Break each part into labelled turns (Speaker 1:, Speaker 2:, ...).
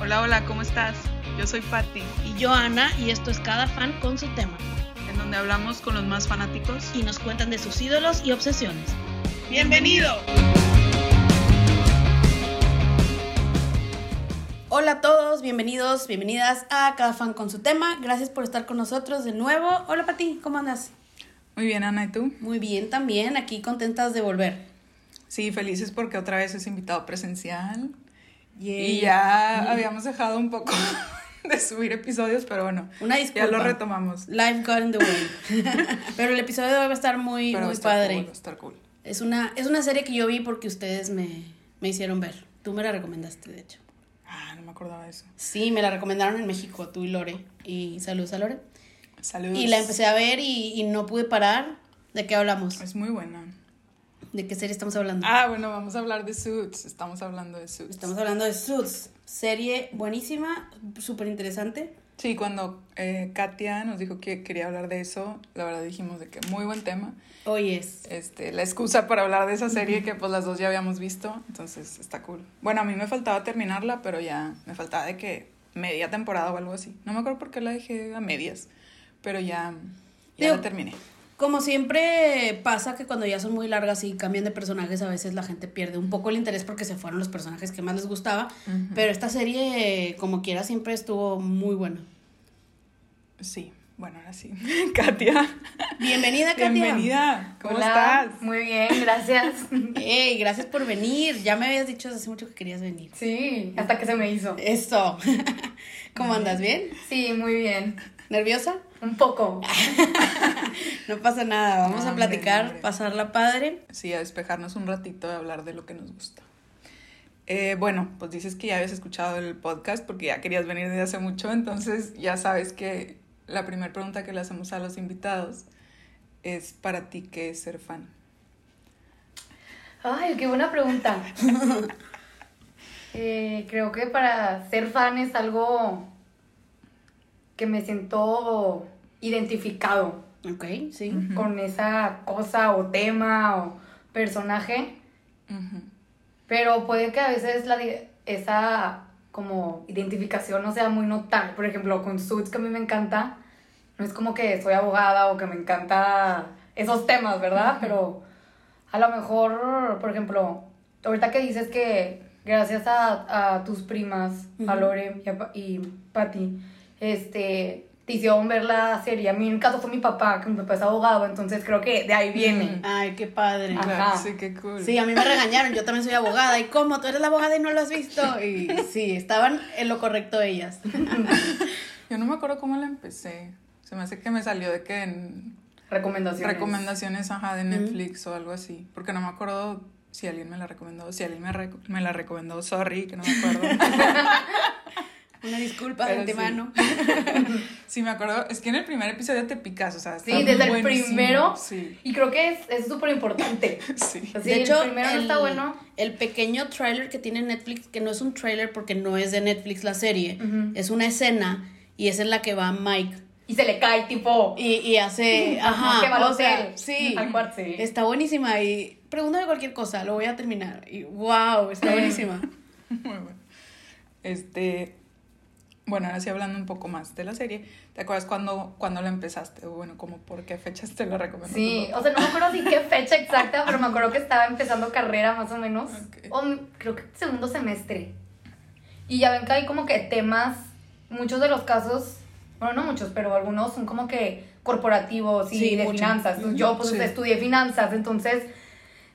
Speaker 1: Hola, ¿cómo estás? Yo soy Patti,
Speaker 2: Y yo, Ana, y esto es Cada Fan con su tema.
Speaker 1: en donde hablamos con los más fanáticos.
Speaker 2: Y nos cuentan de sus ídolos y obsesiones.
Speaker 1: ¡Bienvenido!
Speaker 3: Hola a todos, bienvenidos, bienvenidas a Cada Fan con su tema. Gracias por estar con nosotros de nuevo. Hola Pati, ¿cómo andas?
Speaker 4: Muy bien, Ana, ¿y tú?
Speaker 3: Muy bien también, aquí contentas de volver.
Speaker 4: Sí, felices porque otra vez es invitado presencial.
Speaker 3: Yay.
Speaker 4: Y ya habíamos dejado un poco de subir episodios, pero bueno.
Speaker 3: Una disculpa.
Speaker 4: Ya lo retomamos.
Speaker 3: Life got in the way. Pero el episodio de hoy va a estar muy,
Speaker 4: pero va a
Speaker 3: muy
Speaker 4: estar
Speaker 3: padre.
Speaker 4: cool, va a estar cool.
Speaker 3: Es, una, es una serie que yo vi porque ustedes me, me hicieron ver. Tú me la recomendaste, de hecho.
Speaker 4: Ah, no me acordaba de eso.
Speaker 3: Sí, me la recomendaron en México, tú y Lore. Y saludos a Lore.
Speaker 4: Saludos.
Speaker 3: Y la empecé a ver y, y no pude parar. ¿De qué hablamos?
Speaker 4: Es muy buena.
Speaker 3: ¿De qué serie estamos hablando?
Speaker 4: Ah, bueno, vamos a hablar de Suits. Estamos hablando de Suits.
Speaker 3: Estamos hablando de Suits, serie buenísima, súper interesante.
Speaker 4: Sí, cuando eh, Katia nos dijo que quería hablar de eso, la verdad dijimos de que muy buen tema.
Speaker 3: Hoy es.
Speaker 4: este, la excusa para hablar de esa serie que pues las dos ya habíamos visto, entonces está cool. Bueno, a mí me faltaba terminarla, pero ya me faltaba de que media temporada o algo así. No me acuerdo por qué la dejé a medias, pero ya, ya
Speaker 3: Digo-
Speaker 4: la terminé.
Speaker 3: Como siempre pasa que cuando ya son muy largas y cambian de personajes, a veces la gente pierde un poco el interés porque se fueron los personajes que más les gustaba. Pero esta serie, como quiera, siempre estuvo muy buena.
Speaker 4: Sí, bueno, ahora sí. Katia,
Speaker 3: Bienvenida, Katia.
Speaker 4: bienvenida. ¿Cómo
Speaker 5: Hola,
Speaker 4: estás?
Speaker 5: Muy bien, gracias.
Speaker 3: Hey, gracias por venir. Ya me habías dicho desde hace mucho que querías venir.
Speaker 5: Sí, hasta que se me hizo.
Speaker 3: Eso. ¿Cómo andas? ¿Bien?
Speaker 5: Sí, muy bien.
Speaker 3: ¿Nerviosa?
Speaker 5: Un poco.
Speaker 3: No pasa nada. Vamos
Speaker 4: No,
Speaker 3: a
Speaker 4: hombre, no,
Speaker 3: platicar,
Speaker 4: hombre.
Speaker 3: pasarla padre.
Speaker 4: Sí, a despejarnos un ratito de hablar de lo que nos gusta. Eh, bueno, pues dices que ya habías escuchado el podcast porque ya querías venir desde hace mucho, entonces ya sabes que la primera pregunta que le hacemos a los invitados es para ti qué es ser fan.
Speaker 5: Ay, qué buena pregunta. Eh, creo que para ser fan es algo que me siento identificado
Speaker 3: Ok, sí.
Speaker 5: con esa cosa o tema o personaje. Pero puede que a veces la, di- esa como identificación no sea muy notable. Por ejemplo, con Suits, que a mí me encanta, no es como que soy abogada o que me encanta esos temas, ¿verdad? Pero a lo mejor, por ejemplo, ahorita que dices que gracias a, a tus primas, a Lore y, a Pa- y Patti, este, te hicieron ver la serie. A mí en el caso fue mi papá, que mi papá es abogado, entonces creo que de ahí viene.
Speaker 3: Ay, qué padre.
Speaker 5: Ajá.
Speaker 4: Claro, sí, qué cool.
Speaker 3: Sí, a mí me regañaron, yo también soy abogada. ¿Y cómo? Tú eres la abogada y no lo has visto. Y sí, estaban en lo correcto ellas.
Speaker 4: Yo no me acuerdo cómo la empecé. Se me hace que me salió de que en
Speaker 5: Recomendaciones.
Speaker 4: recomendaciones ajá, de Netflix o algo así, porque no me acuerdo si alguien me la recomendó, si alguien me, reco- me la recomendó, sorry, que no me acuerdo.
Speaker 3: Una disculpa de
Speaker 4: Pero
Speaker 3: antemano.
Speaker 4: sí. Sí, me acuerdo. Es que en el primer episodio te picas, o sea,
Speaker 5: Sí,
Speaker 4: está
Speaker 5: desde el
Speaker 4: buenísimo.
Speaker 5: primero.
Speaker 4: Sí,
Speaker 5: Y creo que es es súper importante.
Speaker 4: sí.
Speaker 5: Así, el primero no está bueno.
Speaker 3: el pequeño trailer que tiene Netflix, que no es un trailer porque no es de Netflix la serie, es una escena y es en la que va Mike
Speaker 5: Y se le cae, tipo.
Speaker 3: y, y hace,
Speaker 5: Ajá, que va al
Speaker 3: ajá, o sea,
Speaker 5: hotel,
Speaker 3: sí,
Speaker 5: al cuarto, sí.
Speaker 3: está buenísima y pregúntame cualquier cosa, lo voy a terminar y wow, está
Speaker 5: Sí.
Speaker 3: buenísima.
Speaker 4: Muy bueno. Este. Bueno, ahora sí hablando un poco más de la serie. ¿Te acuerdas cuando, cuando la empezaste? O bueno, como por qué fechas te la recomendó?
Speaker 5: Sí,
Speaker 4: tu
Speaker 5: o
Speaker 4: papá?
Speaker 5: sea, no me acuerdo ni qué fecha exacta, pero me acuerdo que estaba empezando carrera más o menos.
Speaker 4: Ok.
Speaker 5: O m- creo que segundo semestre. Y ya ven que hay como que temas, muchos de los casos, bueno, no muchos, pero algunos son como que corporativos y
Speaker 3: Sí,
Speaker 5: de
Speaker 3: mucho.
Speaker 5: finanzas. Entonces, yo pues
Speaker 4: Sí.
Speaker 5: estudié finanzas, entonces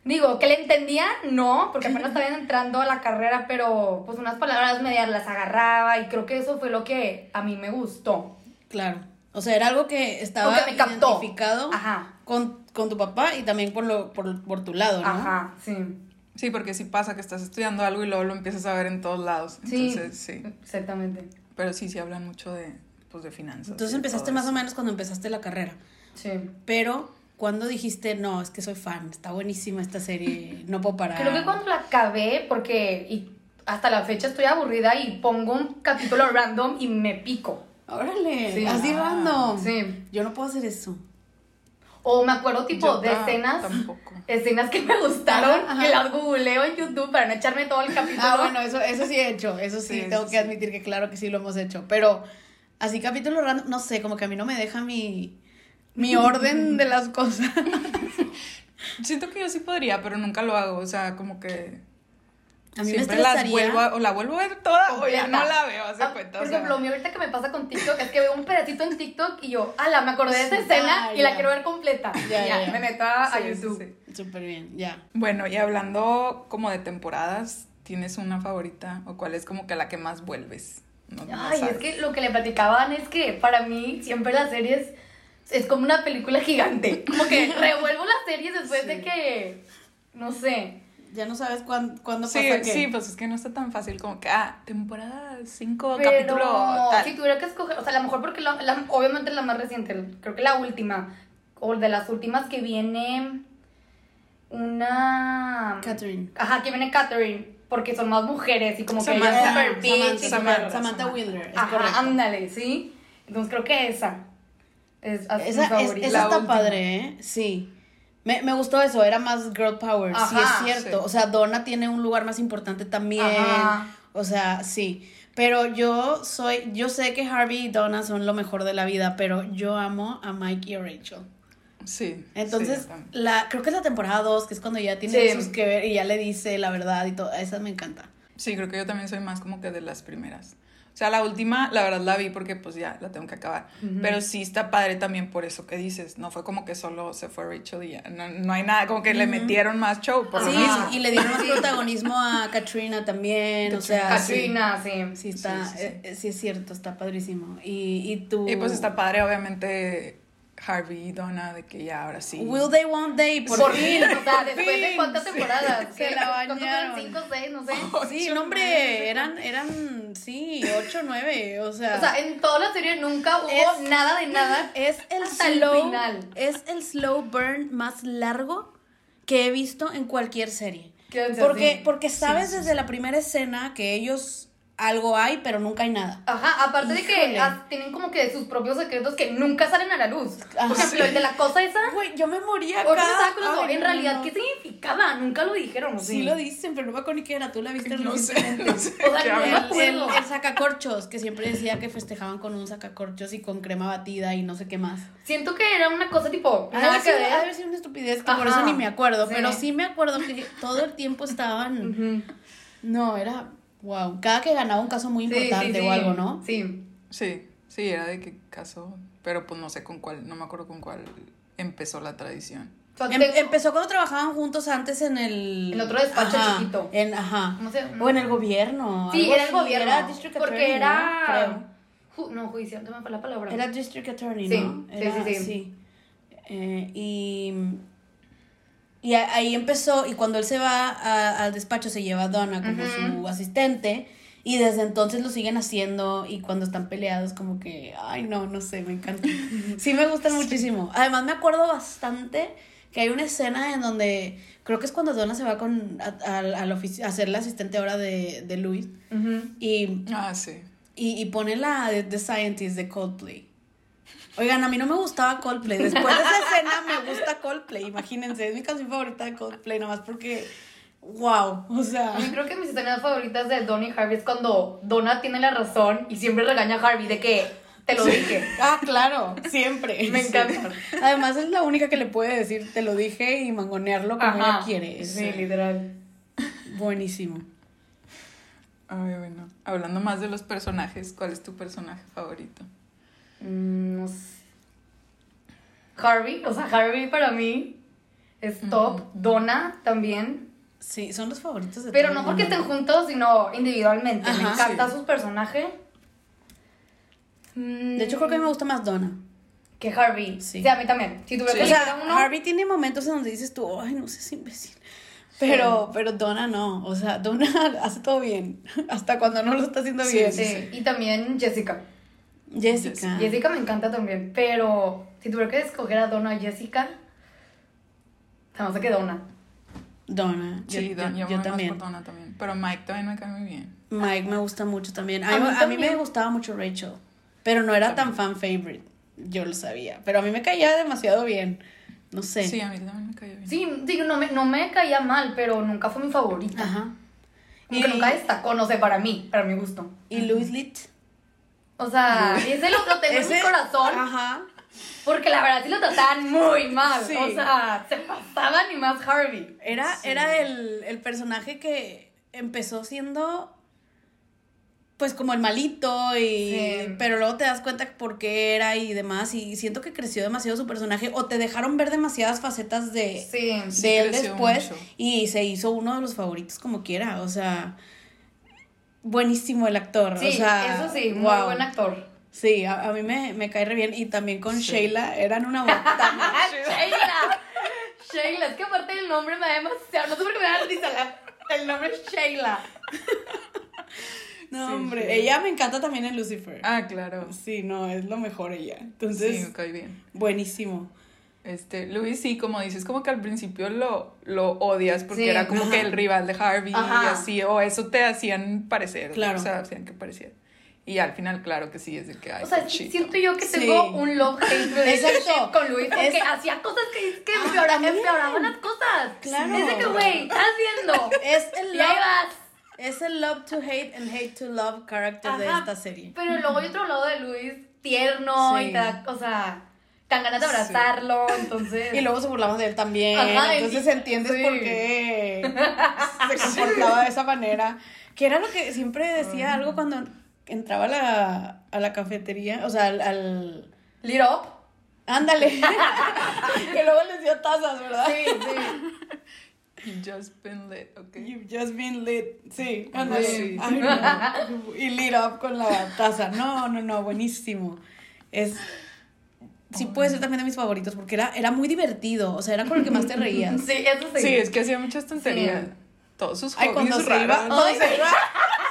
Speaker 5: digo, que le entendía, no, porque apenas estaban entrando a la carrera, pero pues unas palabras medias las agarraba y creo que eso fue lo que a mí me gustó.
Speaker 3: Claro. O sea, era algo que estaba
Speaker 5: Como que me captó.
Speaker 3: identificado
Speaker 5: Ajá.
Speaker 3: Con, con tu papá y también por, lo, por, por tu lado, ¿no?
Speaker 5: Ajá, sí.
Speaker 4: Sí, porque si pasa que estás estudiando algo y luego lo empiezas a ver en todos lados.
Speaker 5: Sí.
Speaker 4: Entonces, sí.
Speaker 5: Exactamente.
Speaker 4: Pero sí, sí hablan mucho de, pues, de finanzas. y
Speaker 3: Entonces
Speaker 4: de
Speaker 3: empezaste
Speaker 4: todo
Speaker 3: más
Speaker 4: eso.
Speaker 3: o menos cuando empezaste la carrera.
Speaker 5: Sí.
Speaker 3: Pero cuando dijiste, no, es que soy fan, está buenísima esta serie, no puedo parar.
Speaker 4: Ah.
Speaker 5: Creo que cuando la acabé, porque y hasta la fecha estoy aburrida y pongo un capítulo random y me pico.
Speaker 3: Órale,
Speaker 5: Sí.
Speaker 3: así
Speaker 4: Ah,
Speaker 3: random.
Speaker 5: Sí.
Speaker 3: Yo no puedo hacer eso.
Speaker 5: O me acuerdo tipo
Speaker 4: Yo
Speaker 5: de
Speaker 4: ta-
Speaker 5: escenas,
Speaker 4: Tampoco.
Speaker 5: escenas que me gustaron,
Speaker 3: Ajá, ajá.
Speaker 5: que las googleo en YouTube para no echarme todo el capítulo.
Speaker 3: Ah, bueno, eso, eso sí he hecho, eso sí,
Speaker 4: Sí,
Speaker 3: tengo
Speaker 4: eso
Speaker 3: que
Speaker 4: sí.
Speaker 3: admitir que claro que sí lo hemos hecho, pero así capítulo random, no sé, como que a mí no me deja mi, mi orden de las cosas.
Speaker 4: Siento que yo sí podría, pero nunca lo hago. O sea, como que.
Speaker 3: A mí me
Speaker 4: siempre las
Speaker 3: estresaría.
Speaker 4: vuelvo a- o la vuelvo a ver toda o ya
Speaker 5: Completa.
Speaker 4: no la veo, hace
Speaker 5: Ah,
Speaker 4: cuenta.
Speaker 5: Por
Speaker 4: o sea,
Speaker 5: ejemplo, a mí ahorita que me pasa con TikTok es que veo un pedacito en TikTok y yo, ala, me acordé de esa
Speaker 3: Sí,
Speaker 5: escena
Speaker 3: ya,
Speaker 5: y la
Speaker 3: ya.
Speaker 5: quiero ver completa. Y
Speaker 3: Ya,
Speaker 5: Ya,
Speaker 3: ya, ya.
Speaker 5: me meto a, a
Speaker 4: sí, sí,
Speaker 5: YouTube.
Speaker 4: sí.
Speaker 3: Súper bien, ya.
Speaker 4: Bueno, y hablando como de temporadas, ¿tienes una favorita o cuál es como que la que más vuelves? No, no
Speaker 5: Ay,
Speaker 4: sabes.
Speaker 5: es que lo que le platicaban es que para mí siempre las series es como una película gigante. Como que revuelvo las series después de que, no sé.
Speaker 3: Ya no sabes cuán- cuándo
Speaker 4: sí,
Speaker 3: pasa que...
Speaker 4: sí, pues es que no está tan fácil como que, ah, temporada 5,
Speaker 5: Pero
Speaker 4: capítulo tal.
Speaker 5: si tuviera que escoger, o sea, a lo mejor porque la- la- obviamente la más reciente, creo que la última, o de las últimas que viene una...
Speaker 3: Catherine.
Speaker 5: Ajá, que viene Catherine, porque son más mujeres y como que
Speaker 4: Samantha,
Speaker 5: ella es super bitch y
Speaker 3: Samantha,
Speaker 5: super-
Speaker 3: Samantha, Wheeler, es
Speaker 5: Ajá,
Speaker 3: correcto.
Speaker 5: ándale, ¿sí? Entonces creo que esa es así mi
Speaker 3: Esa, es,
Speaker 5: favorita.
Speaker 3: esa
Speaker 4: La
Speaker 3: está
Speaker 4: última.
Speaker 3: padre, ¿eh? Sí. Me, me gustó eso, era más girl power,
Speaker 5: Ajá,
Speaker 3: sí es cierto.
Speaker 4: sí.
Speaker 3: O sea, Donna tiene un lugar más importante también.
Speaker 5: Ajá.
Speaker 3: O sea, sí. Pero yo soy, yo sé que Harvey y Donna son lo mejor de la vida, pero yo amo a Mike y a Rachel.
Speaker 4: Sí.
Speaker 3: Entonces,
Speaker 4: sí, también.
Speaker 3: la, creo que es la temporada 2, que es cuando ya tiene
Speaker 5: Sí.
Speaker 3: sus que ver y ya le dice la verdad y todo. Esa me encanta.
Speaker 4: sí, creo que yo también soy más como que de las primeras. O sea, la última, la verdad la vi porque pues ya la tengo que acabar. Pero sí está padre también por eso que dices. No fue como que solo se fue Rachel y ya. No, no hay nada, como que le metieron más show por
Speaker 3: Sí,
Speaker 4: lo mismo.
Speaker 3: y le dieron más protagonismo a Katrina también. O sea, sí.
Speaker 5: Katrina, sí.
Speaker 3: Sí, está,
Speaker 4: Sí, sí, sí.
Speaker 3: eh, eh, sí es cierto, está padrísimo. Y, y tú...
Speaker 4: Y pues está padre, obviamente, Harvey y Donna, de que ya ahora sí.
Speaker 3: Will they, won't they, por,
Speaker 5: Por
Speaker 3: fin.
Speaker 5: fin, o sea, después de
Speaker 4: fin,
Speaker 5: cuántas
Speaker 4: sí.
Speaker 3: Se
Speaker 5: temporadas. ¿Qué?
Speaker 3: la
Speaker 5: ¿Cuántas eran?
Speaker 3: bañaron.
Speaker 5: Cinco, seis, no sé.
Speaker 3: Sí, no, hombre, eran, eran, sí, ocho, nueve, o sea...
Speaker 5: O sea, en toda la serie nunca hubo
Speaker 3: Es-
Speaker 5: nada de nada.
Speaker 3: es el
Speaker 5: hasta el
Speaker 3: slow,
Speaker 5: final.
Speaker 3: es el slow burn más largo que he visto en cualquier serie.
Speaker 5: Quédense
Speaker 3: Porque,
Speaker 5: así.
Speaker 3: porque sabes desde la primera escena que ellos algo hay, pero nunca hay nada.
Speaker 5: Ajá, aparte de
Speaker 3: Híjole.
Speaker 5: que ah, tienen como que sus propios secretos que nunca salen a la luz.
Speaker 3: Ajá.
Speaker 5: Por ejemplo, el de la cosa esa.
Speaker 3: Güey, yo me moría
Speaker 5: Ahorita
Speaker 3: cada-
Speaker 5: estaba con los dos,
Speaker 3: Ay,
Speaker 5: en realidad,
Speaker 3: no.
Speaker 5: ¿qué significaba? Nunca lo dijeron, ¿no?
Speaker 3: Sí lo dicen, pero no me acuerdo ni qué era. Tú la viste
Speaker 4: No sé,
Speaker 3: recientemente.
Speaker 4: no sé.
Speaker 5: O sea,
Speaker 4: qué
Speaker 5: no-
Speaker 4: hablas.
Speaker 3: El, el-
Speaker 5: acuerdo.
Speaker 3: el sacacorchos, que siempre decía que festejaban con un sacacorchos y con crema batida y no sé qué más.
Speaker 5: Siento que era una cosa tipo,
Speaker 3: Ha de
Speaker 5: nada
Speaker 3: haber
Speaker 5: Ah, que
Speaker 3: sido, Ah, ha de
Speaker 5: ver.
Speaker 3: haber sido una estupidez que por
Speaker 5: Ajá,
Speaker 3: eso ni me acuerdo,
Speaker 5: sí.
Speaker 3: pero sí me acuerdo que todo el tiempo estaban.
Speaker 5: Ujú.
Speaker 3: No, era. Wow. Cada que ganaba un caso muy
Speaker 5: Sí, sí,
Speaker 3: importante
Speaker 5: sí.
Speaker 3: o algo, ¿no?
Speaker 5: Sí.
Speaker 4: Sí, sí, era de qué caso. Pero pues no sé con cuál, no me acuerdo con cuál empezó la tradición.
Speaker 5: O sea,
Speaker 3: Em-
Speaker 5: te-
Speaker 3: empezó cuando trabajaban juntos antes en el.
Speaker 5: En otro despacho
Speaker 3: Ajá,
Speaker 5: chiquito.
Speaker 3: En, ajá.
Speaker 5: No sé.
Speaker 3: O en el gobierno.
Speaker 5: Sí,
Speaker 3: algo
Speaker 5: era el
Speaker 3: así,
Speaker 5: gobierno.
Speaker 3: Era district
Speaker 5: porque
Speaker 3: attorney, ¿no? Creo.
Speaker 5: era. ju- No, judicial, no me fue la palabra.
Speaker 3: Era District Attorney,
Speaker 5: Sí,
Speaker 3: ¿no?
Speaker 5: sí,
Speaker 3: Era-
Speaker 5: sí, sí.
Speaker 3: Eh, y, y a- ahí empezó, y cuando él se va a- al despacho se lleva a Donna como
Speaker 5: Ujú.
Speaker 3: su asistente, y desde entonces lo siguen haciendo, y cuando están peleados como que, ay no, no sé, me encanta. Sí, me gustan muchísimo. Además me acuerdo bastante que hay una escena en donde, creo que es cuando Donna se va con, a, al- al ofici- a ser la asistente ahora de, de Luis,
Speaker 5: Ujú.
Speaker 3: y
Speaker 4: Ah, sí.
Speaker 3: y, y pone la de The Scientist de Coldplay. Oigan, a mí no me gustaba Coldplay. Después de esa escena me gusta Coldplay. Imagínense, es mi canción favorita de Coldplay, nomás porque. ¡Wow! O sea.
Speaker 5: A mí creo que mis escenas favoritas de Donnie y Harvey es cuando Donna tiene la razón y siempre regaña a Harvey de que te lo dije.
Speaker 3: Ah, claro, siempre.
Speaker 5: Me
Speaker 3: Sí.
Speaker 5: encanta.
Speaker 3: Además, es la única que le puede decir, te lo dije y mangonearlo como
Speaker 5: Ajá.
Speaker 3: ella quiere.
Speaker 5: Sí,
Speaker 3: Sí.
Speaker 5: literal.
Speaker 3: Buenísimo.
Speaker 4: Ay, bueno. Hablando más de los personajes, ¿cuál es tu personaje favorito?
Speaker 5: Mm, no sé. Harvey, o sea, Harvey para mí es top. Donna también.
Speaker 3: Sí, son los favoritos de
Speaker 5: Pero
Speaker 3: todo
Speaker 5: no
Speaker 3: el
Speaker 5: porque
Speaker 3: mundo.
Speaker 5: estén juntos, sino individualmente. Me
Speaker 3: Ajá.
Speaker 5: encanta
Speaker 4: Sí.
Speaker 5: su personaje.
Speaker 3: De hecho, creo que a mí me gusta más Donna.
Speaker 5: Que Harvey.
Speaker 3: Sí.
Speaker 5: Sí, a mí también. Si tuviera
Speaker 4: Sí.
Speaker 5: que
Speaker 3: O
Speaker 5: elegir a
Speaker 3: sea,
Speaker 5: uno.
Speaker 3: Harvey tiene momentos en donde dices tú, ay, no seas imbécil. Pero, pero Donna no. O sea, Donna hace todo bien. Hasta cuando no lo está haciendo
Speaker 4: Sí,
Speaker 3: bien.
Speaker 5: sí. Y también Jessica.
Speaker 3: Jessica.
Speaker 5: Jessica me encanta también, pero si tuviera que escoger a Donna o Jessica, jamás que Donna.
Speaker 3: Donna.
Speaker 4: Sí,
Speaker 3: yo,
Speaker 4: Don-
Speaker 3: yo- yo
Speaker 4: yo, me voy más
Speaker 3: también.
Speaker 4: por Donna también. Pero Mike también me cae muy bien.
Speaker 3: Mike me gusta mucho también. A,
Speaker 5: A
Speaker 3: mí,
Speaker 5: mí
Speaker 3: a mí
Speaker 5: también.
Speaker 3: me gustaba mucho Rachel. Pero no era tan fan favorite. Yo lo sabía. Pero a mí me caía demasiado bien. No sé.
Speaker 4: Sí, a mí también me cayó bien.
Speaker 5: Sí, digo, no me, no me caía mal, pero nunca fue mi favorita.
Speaker 3: Ajá.
Speaker 5: Como que nunca destacó, no sé, para mí, para mi gusto.
Speaker 3: ¿Y Luis Litt?
Speaker 5: O sea, ese lo, lo tengo en mi
Speaker 3: Ah. Ese- ah.
Speaker 5: corazón.
Speaker 3: Ajá.
Speaker 5: Porque la verdad sí lo trataban muy mal.
Speaker 3: Sí.
Speaker 5: O sea, se pasaban y más Harvey.
Speaker 3: Era, era el, el personaje que empezó siendo pues como el malito y
Speaker 5: Sí.
Speaker 3: pero luego te das cuenta por qué era y demás y siento que creció demasiado su personaje o te dejaron ver demasiadas facetas de,
Speaker 5: Sí.
Speaker 4: Sí,
Speaker 3: de él
Speaker 4: creció
Speaker 3: después
Speaker 4: mucho.
Speaker 3: y se hizo uno de los favoritos como quiera, o sea, buenísimo el actor,
Speaker 5: Sí,
Speaker 3: o sea,
Speaker 5: eso sí, muy
Speaker 3: guau.
Speaker 5: buen actor.
Speaker 3: Sí, a, a mí me, me cae re bien y también con
Speaker 4: Sí.
Speaker 3: Sheila eran una batalla.
Speaker 5: ¡Ah, Sheila! Sheila, es que aparte el nombre me da demasiado. No sé por qué me da risa la- el nombre es Sheila.
Speaker 3: No,
Speaker 4: Sí,
Speaker 3: hombre,
Speaker 4: sí.
Speaker 3: ella me encanta también en Lucifer.
Speaker 4: Ah, claro.
Speaker 3: Sí, no, es lo mejor ella.
Speaker 4: Sí,
Speaker 3: Entonces,
Speaker 4: me cae bien.
Speaker 3: buenísimo.
Speaker 4: Este, Luis sí, como dices, como que al principio lo, lo odias porque
Speaker 5: Sí.
Speaker 4: era como que
Speaker 3: Ajá.
Speaker 4: el rival de Harvey y
Speaker 5: Ajá.
Speaker 4: así, o eso te hacían parecer,
Speaker 3: Claro.
Speaker 4: o sea, hacían que pareciera. Y al final, claro que sí, es de que hay
Speaker 5: O sea, sí, siento yo que
Speaker 3: Sí.
Speaker 5: tengo un love hate relationship
Speaker 3: Exacto.
Speaker 5: con Luis porque
Speaker 3: Es- Ah,
Speaker 5: hacía cosas que, que empeora-
Speaker 3: también.
Speaker 5: empeoraban las cosas.
Speaker 3: Claro.
Speaker 5: Es de que, güey, estás viendo.
Speaker 3: Es el
Speaker 5: Y ahí
Speaker 3: love,
Speaker 5: vas.
Speaker 3: es el love to hate and hate to love character de
Speaker 5: Ajá,
Speaker 3: esta serie.
Speaker 5: Pero luego hay otro lado de Luis tierno
Speaker 3: Sí.
Speaker 5: y te da, o sea, te dan ganas de
Speaker 4: Sí.
Speaker 5: abrazarlo, entonces.
Speaker 3: Y luego se burlaban de él también.
Speaker 5: Ajá,
Speaker 3: entonces
Speaker 5: y-
Speaker 3: entiendes
Speaker 5: sí.
Speaker 3: por qué se comportaba de esa manera. Que era lo que siempre decía algo cuando entraba a la, a la cafetería, o sea, al. al-
Speaker 5: Lit up.
Speaker 3: ándale. que luego les dio tazas, ¿verdad?
Speaker 5: Sí, sí.
Speaker 4: Just been lit, ok.
Speaker 3: You've just been lit. Sí,
Speaker 4: ándale.
Speaker 3: sí. Y lit up con la taza. No, no, no, buenísimo. Es. Sí, puede ser también de mis favoritos porque era, era muy divertido. O sea, era con el que más te reías.
Speaker 5: Sí, eso sí.
Speaker 4: Sí, es que hacía muchas tonterías.
Speaker 5: Sí.
Speaker 4: Todos sus
Speaker 3: Ay, cuando
Speaker 4: hobbies
Speaker 3: se iba.
Speaker 4: raros.
Speaker 3: cuando se iba-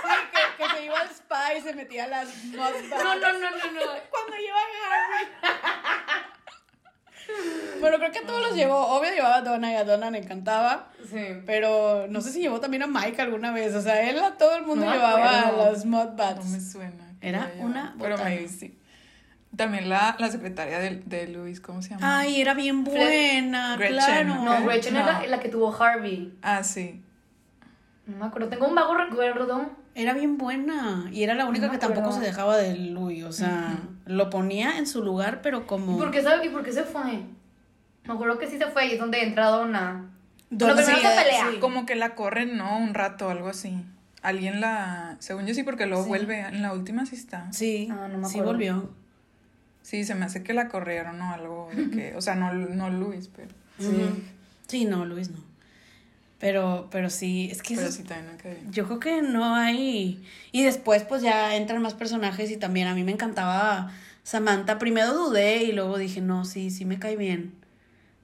Speaker 3: Sí, que, que se iba al spa y se metía a las mud baths.
Speaker 5: No, no, no, no, no.
Speaker 3: Cuando lleva a Harry. Bueno, creo que a todos los llevó. Obvio llevaba a Donna y a Donna le encantaba.
Speaker 5: Sí.
Speaker 3: Pero no sé si llevó también a Mike alguna vez. O sea, él a todo el mundo
Speaker 5: No me
Speaker 3: llevaba a
Speaker 5: acuerdo.
Speaker 3: los mud
Speaker 4: No
Speaker 3: bats.
Speaker 4: me suena. que
Speaker 3: Era
Speaker 4: la llevaba,
Speaker 3: una
Speaker 4: Pero
Speaker 3: botana.
Speaker 4: me sí. También la, la secretaria de, de Luis, ¿cómo se llama?
Speaker 3: Ay, era bien
Speaker 5: Fred-
Speaker 3: buena,
Speaker 4: Gretchen,
Speaker 3: claro.
Speaker 4: ¿no?
Speaker 5: No, Gretchen es la,
Speaker 4: No.
Speaker 5: la que tuvo Harvey.
Speaker 4: Ah, sí.
Speaker 5: No me acuerdo. Tengo un vago recuerdo.
Speaker 3: Era bien buena. Y era la única
Speaker 5: No me
Speaker 3: que tampoco
Speaker 5: acuerdo.
Speaker 3: se dejaba de Louis. O sea, lo ponía en su lugar, pero
Speaker 5: ¿Y
Speaker 3: como.
Speaker 5: por, qué, sabe- ¿Y por qué se fue? Me acuerdo que sí se fue y es donde entra Donna.
Speaker 3: Donna
Speaker 5: Lo primero
Speaker 3: se
Speaker 5: que
Speaker 3: queda-
Speaker 5: pelea.
Speaker 3: sí.
Speaker 4: Como que la corren, ¿no? Un rato, algo así. Alguien la. Según yo sí, porque luego vuelve. En la última sí está.
Speaker 3: Sí,
Speaker 5: Ah, no me
Speaker 3: sí
Speaker 5: acuerdo.
Speaker 3: volvió.
Speaker 4: Sí, se me hace que la corrieron o algo. de que- o sea, no, no Luis, pero.
Speaker 3: Ujú. Sí, no, Luis no. Pero, pero sí, es que
Speaker 4: Pero
Speaker 3: eso-
Speaker 4: sí, también me cae bien.
Speaker 3: yo creo que no hay. Y después, pues ya entran más personajes y también a mí me encantaba Samantha. Primero dudé y luego dije, no, sí, sí me cae bien.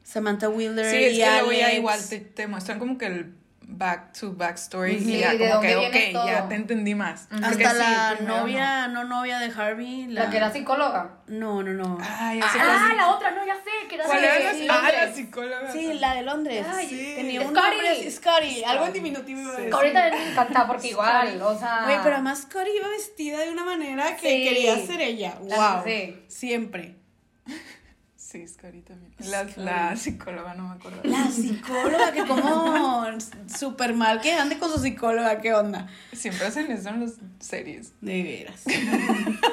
Speaker 3: Samantha Wilder.
Speaker 4: Sí,
Speaker 3: y
Speaker 4: es que luego ya
Speaker 3: Alex.
Speaker 4: igual te, te muestran como que el back to backstory
Speaker 5: Sí,
Speaker 4: y ya
Speaker 5: de
Speaker 4: como
Speaker 5: dónde
Speaker 4: que,
Speaker 5: viene
Speaker 4: ok, ya
Speaker 5: todo.
Speaker 4: te entendí más. Porque
Speaker 3: Hasta
Speaker 4: sí,
Speaker 3: la
Speaker 4: primero no.
Speaker 3: novia, no. novia de Harvey.
Speaker 5: La, que era psicóloga.
Speaker 3: No, no, no.
Speaker 4: Ay, ya sé cuál-
Speaker 5: Ah, la otra, no, ya sé, que era
Speaker 4: ¿Cuál
Speaker 5: de-
Speaker 4: era
Speaker 5: de
Speaker 4: la, ah,
Speaker 5: Londres.
Speaker 4: la psicóloga?
Speaker 3: Sí, la de Londres.
Speaker 5: Ay,
Speaker 3: Sí. Tenía un
Speaker 5: Scotty.
Speaker 3: nombre así, Scotty, algo en diminutivo iba a decir.
Speaker 5: Ahorita me encanta porque igual, o sea.
Speaker 3: Güey, pero además Scotty iba vestida de una manera que
Speaker 5: Sí.
Speaker 3: quería ser ella.
Speaker 5: La-
Speaker 3: Wow.
Speaker 5: sí.
Speaker 3: Siempre.
Speaker 4: Sí, Scary también. La, la psicóloga, no me acuerdo.
Speaker 3: La psicóloga, que como súper mal que ande con su psicóloga, ¿qué onda?
Speaker 4: Siempre hacen eso en las series.
Speaker 3: De veras.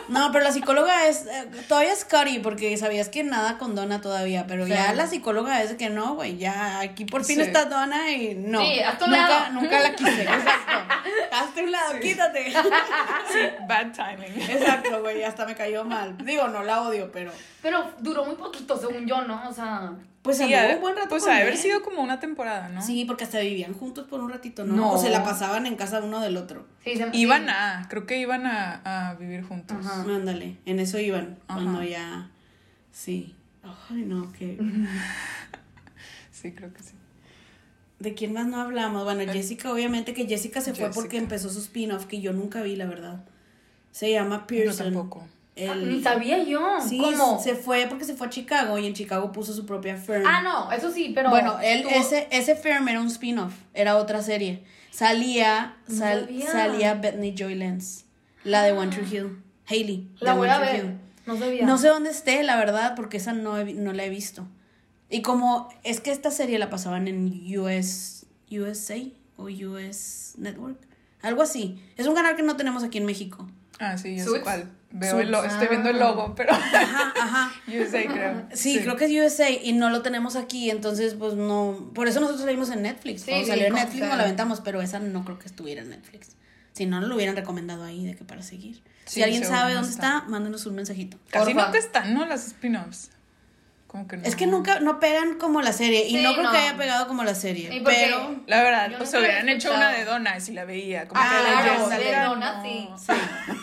Speaker 3: No, pero la psicóloga es. eh, todavía es Scotty, porque sabías que nada con Donna todavía, pero ya
Speaker 5: Sí.
Speaker 3: la psicóloga es de que no, güey, ya aquí por fin
Speaker 4: Sí.
Speaker 3: está Donna y no.
Speaker 5: Sí, hazte un
Speaker 3: nunca,
Speaker 5: lado.
Speaker 3: nunca la quise, exacto. Hazte un lado, quítate.
Speaker 4: Ah, Sí, bad timing.
Speaker 3: Exacto, güey, hasta me cayó mal. Digo, no la odio, pero.
Speaker 5: Pero duró muy poquito, según yo, ¿no? O sea.
Speaker 3: Pues
Speaker 4: Sí,
Speaker 3: anduvo
Speaker 4: ha-
Speaker 3: un buen rato.
Speaker 4: pues
Speaker 3: con
Speaker 4: ha de haber
Speaker 3: él.
Speaker 4: sido como una temporada, ¿no?
Speaker 3: Sí, porque hasta vivían juntos por un ratito, ¿no?
Speaker 5: No.
Speaker 3: O se la pasaban en casa uno del otro.
Speaker 5: Sí, se
Speaker 4: Iban
Speaker 5: sí.
Speaker 4: a, creo que iban a, a vivir juntos.
Speaker 5: Ajá.
Speaker 3: Ándale, en eso iban.
Speaker 4: Ah. Ajá.
Speaker 3: Cuando ya. Sí. Ay, no, que.
Speaker 4: Sí, creo que sí.
Speaker 3: ¿De quién más no hablamos? Bueno, Jessica, obviamente que Jessica se fue porque
Speaker 4: Eh. Jessica.
Speaker 3: empezó su spin-off que yo nunca vi, la verdad. Se llama
Speaker 4: Yo
Speaker 3: Pearson.
Speaker 4: tampoco.
Speaker 3: El-
Speaker 5: Ah, Ni sabía yo.
Speaker 3: Sí,
Speaker 5: ¿Cómo?
Speaker 3: se fue porque se fue a Chicago y en Chicago puso su propia firm.
Speaker 5: Ah, no, eso sí, pero.
Speaker 3: bueno, él,
Speaker 5: tú-
Speaker 3: ese, ese firm era un spin-off, era otra serie. Salía,
Speaker 5: No
Speaker 3: sal-
Speaker 5: sabía.
Speaker 3: salía Bethany Joy Lenz, la de One Tree Hill, Hailey.
Speaker 5: La
Speaker 3: de
Speaker 5: voy a
Speaker 3: One Tree
Speaker 5: ver.
Speaker 3: Hill.
Speaker 5: No sabía.
Speaker 3: No sé dónde esté, la verdad, porque esa no, he vi- no la he visto. Y como es que esta serie la pasaban en US, USA o US Network, algo así. Es un canal que no tenemos aquí en México.
Speaker 4: Ah, sí, yo sé
Speaker 5: Suits.
Speaker 4: cuál. Veo
Speaker 3: Suits. Ah.
Speaker 4: el lo- estoy viendo el logo, pero
Speaker 3: Ajá, ajá.
Speaker 4: USA creo.
Speaker 3: Sí, creo que es USA y no lo tenemos aquí, entonces pues no, por eso nosotros la vimos en Netflix.
Speaker 5: Sí,
Speaker 3: Cuando
Speaker 5: sí,
Speaker 3: salió en
Speaker 5: con
Speaker 3: Netflix nos
Speaker 5: calma.
Speaker 3: la aventamos, pero esa no creo que estuviera en Netflix. Si no, no lo hubieran recomendado ahí de que para seguir.
Speaker 4: Sí,
Speaker 3: si alguien
Speaker 4: seguro
Speaker 3: sabe
Speaker 4: no
Speaker 3: dónde
Speaker 4: está.
Speaker 3: está, mándenos un mensajito.
Speaker 4: Casi
Speaker 5: Porfa.
Speaker 4: no te están, ¿no? Las spin-offs. Como que no.
Speaker 3: Es que nunca, no pegan como la serie, y
Speaker 5: Sí,
Speaker 3: no creo
Speaker 5: no.
Speaker 3: que haya pegado como la serie,
Speaker 5: Y porque-
Speaker 3: pero...
Speaker 4: La verdad,
Speaker 5: Yo
Speaker 4: pues
Speaker 5: nunca lo he
Speaker 4: hubieran hecho una
Speaker 5: escuchado.
Speaker 4: de Donna si la veía. Como
Speaker 3: Ah,
Speaker 4: que la
Speaker 5: claro,
Speaker 4: Jessica,
Speaker 5: de Donna,
Speaker 4: no.
Speaker 5: sí.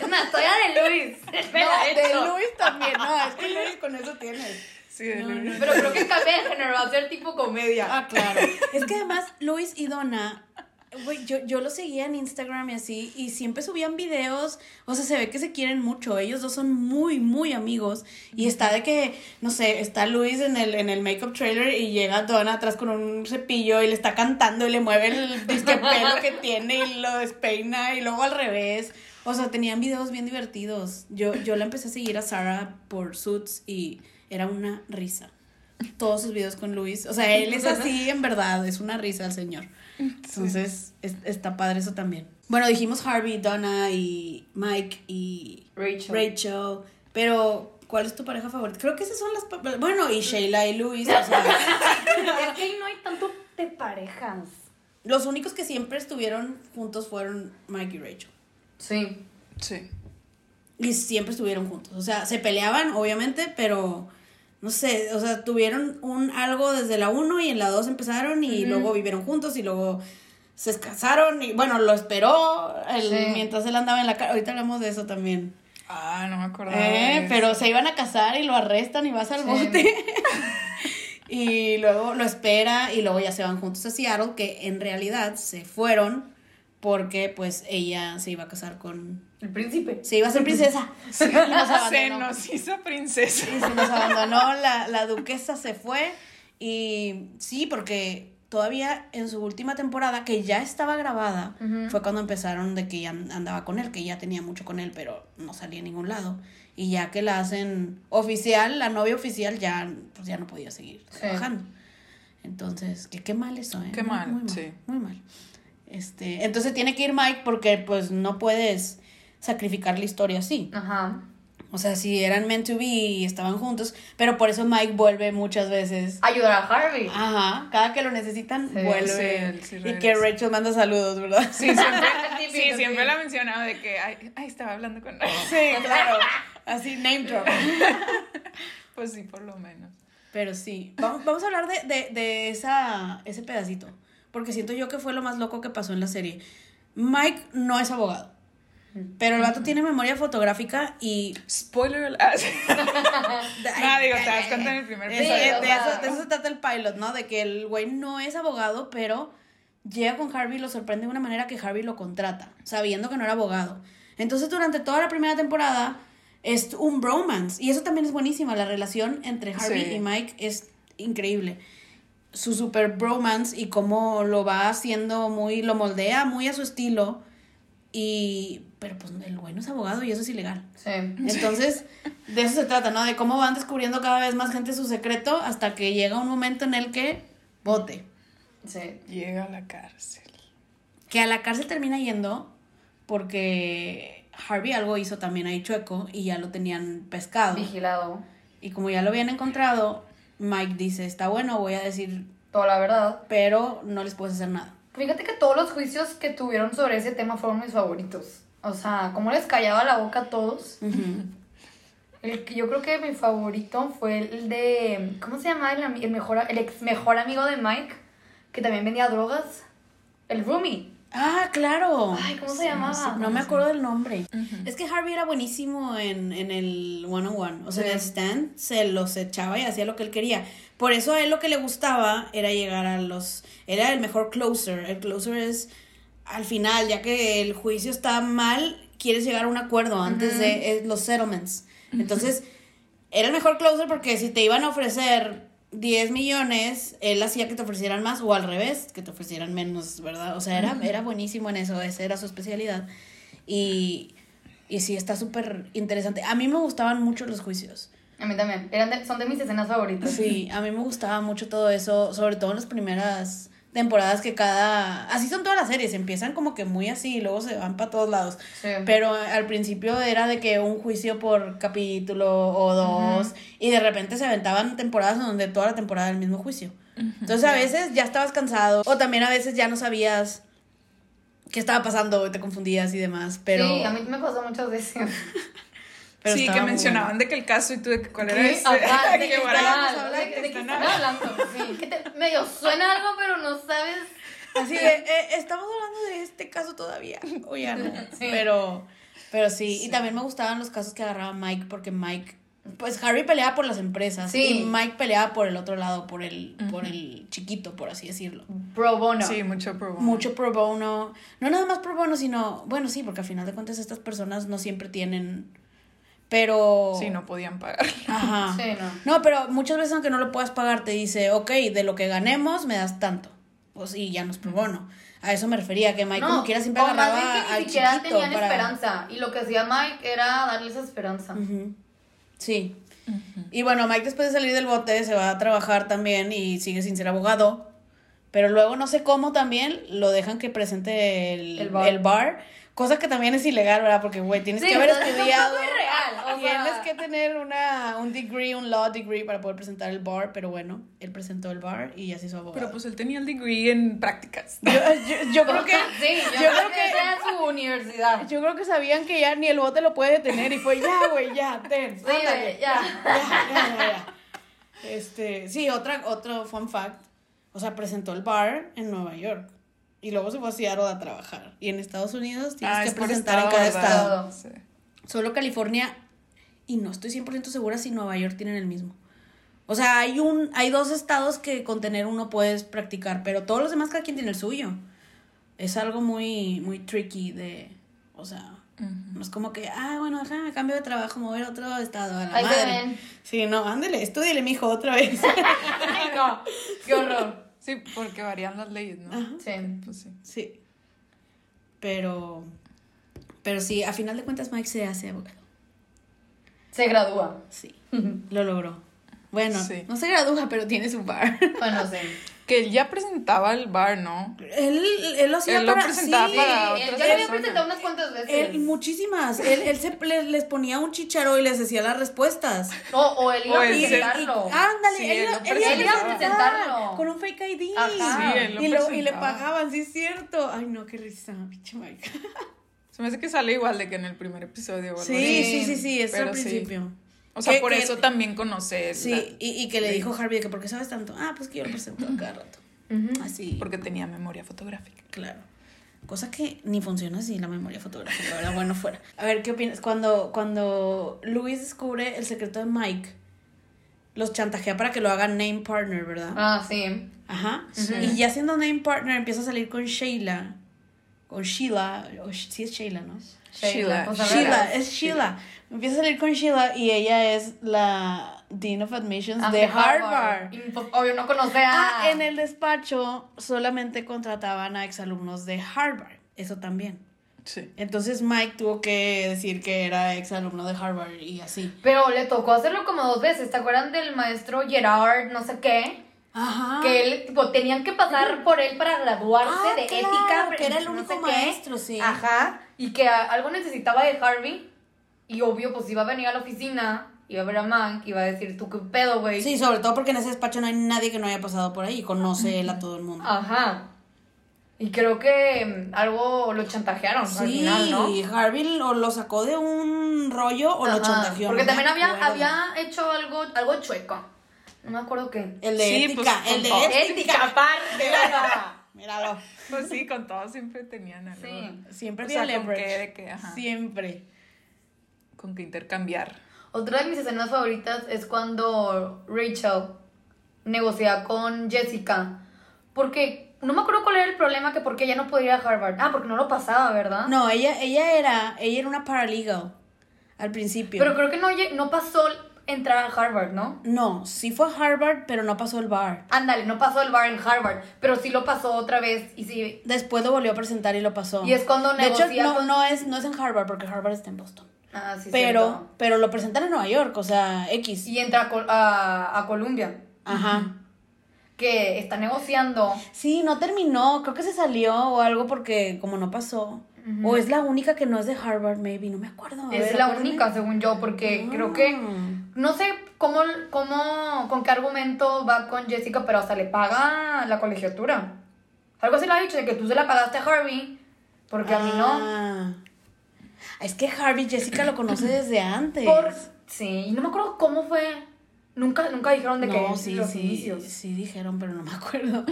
Speaker 5: Es una historia de Luis. Me
Speaker 3: No,
Speaker 5: la he
Speaker 3: de
Speaker 5: hecho.
Speaker 3: Luis también, no, es que Luis con eso tienes.
Speaker 4: Sí, de Luis.
Speaker 5: Pero creo que cambia de género, va a ser tipo comedia.
Speaker 3: Ah, claro. Es que además Luis y Donna, güey, yo, yo los seguía en Instagram y así, y siempre subían videos, o sea, se ve que se quieren mucho, ellos dos son muy, muy amigos, y está de que, no sé, está Luis en el, en el make-up trailer y llega Donna atrás con un cepillo y le está cantando y le mueve el disque pelo que tiene y lo despeina y luego al revés. O sea, tenían videos bien divertidos. Yo, yo la empecé a seguir a Sara por Suits y era una risa todos sus videos con Luis. O sea, él es así en verdad, es una risa el señor. Entonces, es- está padre eso también. Bueno, dijimos Harvey, Donna y Mike y
Speaker 5: Rachel.
Speaker 3: Rachel, pero ¿cuál es tu pareja favorita? Creo que esas son las... pa- Bueno, y Sheila y Luis, o sea,
Speaker 5: Es que ahí no hay tanto de parejas.
Speaker 3: los únicos que siempre estuvieron juntos fueron Mike y Rachel.
Speaker 5: Sí.
Speaker 4: Sí.
Speaker 3: Y siempre estuvieron juntos. O sea, se peleaban, obviamente, pero no sé, o sea, tuvieron un algo desde la 1 y en la 2 empezaron y luego vivieron juntos y luego se casaron y bueno, lo esperó él,
Speaker 5: Sí.
Speaker 3: mientras él andaba en la cara. Ahorita hablamos de eso también.
Speaker 4: Ah, no me acordaba. de
Speaker 3: Eh,
Speaker 4: eso.
Speaker 3: pero se iban a casar y lo arrestan y vas al
Speaker 5: Sí.
Speaker 3: bote. y luego lo espera y luego ya se van juntos a Seattle, que en realidad se fueron porque pues ella se iba a casar con...
Speaker 5: El príncipe.
Speaker 3: Se iba a ser princesa. Sí,
Speaker 4: Se nos hizo princesa.
Speaker 3: y se nos abandonó, la, la duquesa se fue y sí, porque todavía en su última temporada, que ya estaba grabada,
Speaker 5: Ujú.
Speaker 3: fue cuando empezaron de que ya an- andaba con él, que ya tenía mucho con él, pero no salía a ningún lado. Y ya que la hacen oficial, la novia oficial ya, pues ya no podía seguir
Speaker 5: Sí.
Speaker 3: trabajando. Entonces, que qué mal eso, ¿eh?
Speaker 4: Qué mal, sí.
Speaker 3: Muy mal. Este, entonces tiene que ir Mike porque pues no puedes sacrificar la historia así.
Speaker 5: Ajá.
Speaker 3: O sea, si eran meant to be y estaban juntos, pero por eso Mike vuelve muchas veces.
Speaker 5: Ayudar a Harvey.
Speaker 4: Ah,
Speaker 3: Ajá, cada que lo necesitan
Speaker 5: Sí,
Speaker 4: sí,
Speaker 3: vuelve.
Speaker 4: él sí
Speaker 3: y
Speaker 4: regresa.
Speaker 3: que Rachel manda saludos, ¿verdad?
Speaker 4: Sí, siempre,
Speaker 5: Típico,
Speaker 4: sí, siempre
Speaker 5: sí.
Speaker 4: la mencionaba de que, ay, ay, estaba hablando con
Speaker 3: Sí, claro. Así, name drop.
Speaker 4: Pues sí, por lo menos.
Speaker 3: Pero sí, vamos, vamos a hablar de, de, de esa, ese pedacito, porque siento yo que fue lo más loco que pasó en la serie. Mike no es abogado, pero el vato tiene memoria fotográfica y...
Speaker 4: Spoiler alert. no, digo, te das cuenta en el primer
Speaker 3: Eh,
Speaker 5: Sí,
Speaker 4: episodio.
Speaker 5: o
Speaker 3: de,
Speaker 5: sea.
Speaker 3: eso, de eso se trata el pilot, ¿no? De que el güey no es abogado, pero llega con Harvey y lo sorprende de una manera que Harvey lo contrata, sabiendo que no era abogado. Entonces, durante toda la primera temporada es un bromance. Y eso también es buenísima. La relación entre Harvey
Speaker 4: Sí.
Speaker 3: y Mike es increíble. Su super bromance y cómo lo va haciendo muy, lo moldea muy a su estilo. Y, pero pues el güey no es abogado y eso es ilegal.
Speaker 5: Sí.
Speaker 3: Entonces, de eso se trata, ¿no? De cómo van descubriendo cada vez más gente su secreto hasta que llega un momento en el que vote.
Speaker 5: Sí.
Speaker 4: Llega a la cárcel.
Speaker 3: Que a la cárcel termina yendo porque Harvey algo hizo también ahí chueco y ya lo tenían pescado.
Speaker 5: Vigilado.
Speaker 3: Y como ya lo habían encontrado, Mike dice, está bueno, voy a decir,
Speaker 5: Toda la verdad.
Speaker 3: pero no les puedes hacer nada.
Speaker 5: Fíjate que todos los juicios que tuvieron sobre ese tema fueron mis favoritos. O sea, como les callaba la boca a todos. El que yo creo que mi favorito fue el de. ¿Cómo se llama? El, ami- el mejor, el ex mejor amigo de Mike, que también vendía drogas. El Rumi.
Speaker 3: Ah, claro.
Speaker 5: Ay, ¿cómo se llamaba?
Speaker 3: No me acuerdo del nombre. Es que Harvey era buenísimo en, en el one-on-one. O sea, en el stand se los echaba y hacía lo que él quería. Por eso a él lo que le gustaba era llegar a los. Era el mejor closer. El closer es al final, ya que el juicio está mal, quieres llegar a un acuerdo antes de eh, los settlements. Entonces, era el mejor closer porque si te iban a ofrecer 10 millones, él hacía que te ofrecieran más o al revés, que te ofrecieran menos, ¿verdad? O sea, era, era buenísimo en eso, esa era su especialidad. Y, y sí, está súper interesante. A mí me gustaban mucho los juicios.
Speaker 5: A mí también. Eran de- son de mis escenas favoritas.
Speaker 3: Sí, a mí me gustaba mucho todo eso, sobre todo en las primeras temporadas que cada... Así son todas las series, empiezan como que muy así y luego se van para todos lados.
Speaker 5: Sí.
Speaker 3: Pero al principio era de que un juicio por capítulo o dos y de repente se aventaban temporadas en donde toda la temporada era el mismo juicio. Entonces a veces ya estabas cansado o también a veces ya no sabías qué estaba pasando, te confundías y demás, pero...
Speaker 5: Sí, a mí me pasó muchas veces.
Speaker 3: pero
Speaker 4: sí,
Speaker 3: estaba
Speaker 4: que
Speaker 3: muy
Speaker 4: mencionaban
Speaker 3: bueno.
Speaker 4: de que el caso y tú de que cuál era
Speaker 5: Sí,
Speaker 3: Este,
Speaker 4: ese.
Speaker 5: ajá,
Speaker 4: Qué
Speaker 5: de que están
Speaker 4: barato.
Speaker 5: hablando, de- de que están hablando, sí. Que te- medio suena algo, pero no sabes.
Speaker 3: Así de, eh, estamos hablando de este caso todavía, o ya no.
Speaker 5: Sí.
Speaker 3: Pero, pero sí. y también me gustaban los casos que agarraba Mike, porque Mike, pues Harry peleaba por las empresas,
Speaker 5: Sí.
Speaker 3: y Mike peleaba por el otro lado, por el, por el chiquito, por así decirlo.
Speaker 5: Pro bono.
Speaker 4: Sí, mucho pro bono.
Speaker 3: Mucho pro bono, no nada más pro bono, sino, bueno, sí, porque al final de cuentas estas personas no siempre tienen, pero...
Speaker 4: Sí, no podían pagar.
Speaker 3: Ajá.
Speaker 5: Sí, no.
Speaker 3: No, pero muchas veces aunque no lo puedas pagar, te dice, ok, de lo que ganemos me das tanto. Pues y ya nos pro bono. A eso me refería, que Mike
Speaker 5: No,
Speaker 3: como quiera siempre
Speaker 5: o más
Speaker 3: agarraba
Speaker 5: bien que ni
Speaker 3: al
Speaker 5: siquiera
Speaker 3: chiquito
Speaker 5: tenían
Speaker 3: para-
Speaker 5: esperanza. Y lo que hacía Mike era darles esperanza.
Speaker 3: Ujú. Sí. Y bueno, Mike después de salir del bote se va a trabajar también y sigue sin ser abogado. Pero luego no sé cómo también lo dejan que presente el,
Speaker 5: El
Speaker 3: el
Speaker 5: bar.
Speaker 3: bar. Cosa que también es ilegal, ¿verdad? Porque, güey, tienes
Speaker 5: Sí,
Speaker 3: que haber
Speaker 5: o sea, es un
Speaker 3: estudiado.
Speaker 5: poco irreal, o
Speaker 3: Tienes
Speaker 5: sea.
Speaker 3: que tener una, un degree, un law degree para poder presentar el bar. Pero bueno, él presentó el bar y ya se hizo abogado.
Speaker 4: Pero pues él tenía el degree en prácticas.
Speaker 3: yo, eh, yo- yo creo que.
Speaker 5: Sí, yo, creo que era su universidad.
Speaker 3: Yo creo que sabían que ya ni el bote lo puede detener y fue ya, güey, ya, ten,
Speaker 5: Sí,
Speaker 3: ándale.
Speaker 5: güey, ya.
Speaker 3: Ya, ya, ya, ya. Este, sí, otra, otro fun fact. O sea, presentó el bar en Nueva York. Y luego se fue a Seattle a trabajar. Y en Estados Unidos tienes
Speaker 4: Ah,
Speaker 3: que
Speaker 4: es por
Speaker 3: presentar en
Speaker 4: estado,
Speaker 3: cada
Speaker 4: ¿verdad?
Speaker 3: estado.
Speaker 4: Sí.
Speaker 3: Solo California, y no estoy 100% segura si Nueva York tienen el mismo. O sea, hay, un, hay dos estados que con tener uno puedes practicar, pero todos los demás cada quien tiene el suyo. Es algo muy, muy tricky de, o sea, no es como que, ah, bueno, ajá, me cambio de trabajo, mover a otro estado, a la
Speaker 5: Ahí se
Speaker 3: madre.
Speaker 5: ven.
Speaker 3: Sí, no, ándele, estúdiele, mijo, otra vez.
Speaker 5: Ay, no. Qué horror.
Speaker 4: Sí, porque varían las leyes, ¿no?
Speaker 5: Sí.
Speaker 4: Pues sí.
Speaker 3: sí. Pero, pero sí, a final de cuentas Mike se hace abogado.
Speaker 5: Se gradúa.
Speaker 3: Sí, lo logró. Bueno,
Speaker 4: Sí.
Speaker 3: no se gradúa, pero tiene su bar.
Speaker 5: Bueno, sí.
Speaker 4: Que él ya presentaba el bar, ¿no?
Speaker 3: Él, él lo hacía
Speaker 4: Él lo
Speaker 3: para...
Speaker 4: presentaba
Speaker 3: sí,
Speaker 4: para
Speaker 5: él
Speaker 4: otras
Speaker 5: ya lo había
Speaker 4: personas.
Speaker 5: presentado unas cuantas veces.
Speaker 3: él- muchísimas. Él, él se, le- les ponía un chicharo y les decía las respuestas.
Speaker 5: No, o él iba
Speaker 4: O
Speaker 5: a
Speaker 4: él se-
Speaker 5: presentarlo.
Speaker 3: Y- ándale,
Speaker 4: Sí,
Speaker 3: él,
Speaker 4: él
Speaker 3: lo-
Speaker 4: lo
Speaker 3: él iba a
Speaker 5: presentaba.
Speaker 3: presentar Con un fake ID.
Speaker 5: Ajá. Sí,
Speaker 4: él lo
Speaker 3: y, lo- y le
Speaker 4: presentaba.
Speaker 3: pagaban, sí es cierto. Ay, no, qué risa, pinche Mike.
Speaker 4: Se me hace que sale igual de que en el primer episodio. o algo
Speaker 3: Sí,
Speaker 4: así.
Speaker 3: sí, sí, sí, eso al
Speaker 4: Pero sí.
Speaker 3: principio.
Speaker 4: O sea,
Speaker 3: Que-
Speaker 4: por
Speaker 3: que-
Speaker 4: eso también conoce él,
Speaker 3: Sí, y, y que le dijo Harvey que, ¿por qué sabes tanto? Ah, pues que yo lo presento a cada rato.
Speaker 5: Ujú.
Speaker 3: Así.
Speaker 4: porque tenía memoria fotográfica.
Speaker 3: Claro. Cosa que ni funciona así la memoria fotográfica, ¿verdad? Bueno, fuera. A ver, ¿qué opinas? Cuando, cuando Luis descubre el secreto de Mike, los chantajea para que lo hagan name partner, ¿verdad?
Speaker 5: Ah, sí.
Speaker 3: Ajá. Y ya siendo name partner empieza a salir con Sheila. Con Sheila. O, Sh- sí es Sheila, ¿no?
Speaker 5: Sheila.
Speaker 4: Sheila.
Speaker 5: o sea,
Speaker 3: Sheila,
Speaker 5: ¿verdad?
Speaker 3: es Sheila. Empieza a salir con Sheila y ella es la Dean of Admissions
Speaker 5: Ah,
Speaker 3: de Harvard.
Speaker 5: Y, pues, obvio, no conocía.
Speaker 3: Ah, en el despacho solamente contrataban a exalumnos de Harvard. Eso también.
Speaker 4: Sí.
Speaker 3: Entonces Mike tuvo que decir que era exalumno de Harvard y así.
Speaker 5: Pero le tocó hacerlo como dos veces. ¿Te acuerdan del maestro Gerard, no sé qué?
Speaker 3: Ajá.
Speaker 5: Que él, tipo, tenían que pasar por él para graduarse
Speaker 3: Ah,
Speaker 5: de
Speaker 3: claro,
Speaker 5: ética.
Speaker 3: que era el
Speaker 5: no
Speaker 3: único
Speaker 5: sé qué.
Speaker 3: maestro, sí.
Speaker 5: Ajá. Y que a- algo necesitaba de Harvey. Y obvio, pues iba a venir a la oficina, iba a ver a Mank, iba a decir, ¿tú qué pedo, güey?
Speaker 3: Sí, sobre todo porque en ese despacho no hay nadie que no haya pasado por ahí y conoce él a todo el
Speaker 5: Ah,
Speaker 3: mundo.
Speaker 5: Ajá. Y creo que mm, algo lo chantajearon pues, al
Speaker 3: sí,
Speaker 5: final, ¿no?
Speaker 3: y Harvey lo, lo sacó de un rollo o lo
Speaker 5: Ajá,
Speaker 3: chantajeó.
Speaker 5: Porque
Speaker 3: no
Speaker 5: también
Speaker 3: me
Speaker 5: había,
Speaker 3: acuerdo.
Speaker 5: había hecho algo, algo chueco. No me acuerdo qué.
Speaker 3: El de
Speaker 4: Sí, pues,
Speaker 3: ética, el de
Speaker 4: con todo.
Speaker 3: ética.
Speaker 5: Ética aparte, oiga.
Speaker 3: Míralo.
Speaker 4: Pues sí, con todo siempre tenían algo.
Speaker 5: Sí.
Speaker 3: Siempre
Speaker 4: O
Speaker 3: había
Speaker 4: sea, ¿con
Speaker 3: leverage.
Speaker 4: qué? ¿De qué? Ajá.
Speaker 3: Siempre.
Speaker 4: Con que intercambiar.
Speaker 5: Otra de mis escenas favoritas es cuando Rachel negocia con Jessica. Porque no me acuerdo cuál era el problema que porque ella no podía ir a Harvard. Ah, porque no lo pasaba, ¿verdad?
Speaker 3: No, ella, ella era, ella era una paralegal al principio.
Speaker 5: Pero creo que no, lle- no pasó entrar a Harvard, ¿no?
Speaker 3: No, sí fue a Harvard, pero no pasó el bar.
Speaker 5: Ándale, no pasó el bar en Harvard, pero sí lo pasó otra vez y sí.
Speaker 3: Después lo volvió a presentar y lo pasó.
Speaker 5: Y es cuando
Speaker 3: De hecho,
Speaker 5: negocia
Speaker 3: no,
Speaker 5: con-
Speaker 3: no, es, no es en Harvard, porque Harvard está en Boston.
Speaker 5: Ah, sí,
Speaker 3: pero,
Speaker 5: cierto.
Speaker 3: pero lo presentan en Nueva York, o sea, X.
Speaker 5: Y entra a, Col- a, a Colombia,
Speaker 3: Ajá.
Speaker 5: que está negociando.
Speaker 3: Sí, no terminó, creo que se salió o algo porque como no pasó. O es la única que no es de Harvard, maybe, no me acuerdo. a
Speaker 5: es
Speaker 3: ver,
Speaker 5: la
Speaker 3: acuérdame.
Speaker 5: única, según yo, porque creo que.
Speaker 3: Ah.
Speaker 5: No sé cómo, cómo, con qué argumento va con Jessica, pero hasta le paga la colegiatura. Algo así le ha dicho, de que tú se la pagaste a Harvey, porque a mí no.
Speaker 3: Ah. Es que Harvey Jessica lo conoce desde antes.
Speaker 5: Por, sí, y no me acuerdo cómo fue. Nunca, nunca dijeron de
Speaker 3: no,
Speaker 5: que
Speaker 3: sí,
Speaker 5: los
Speaker 3: sí,
Speaker 5: inicios.
Speaker 3: sí dijeron, pero no me acuerdo.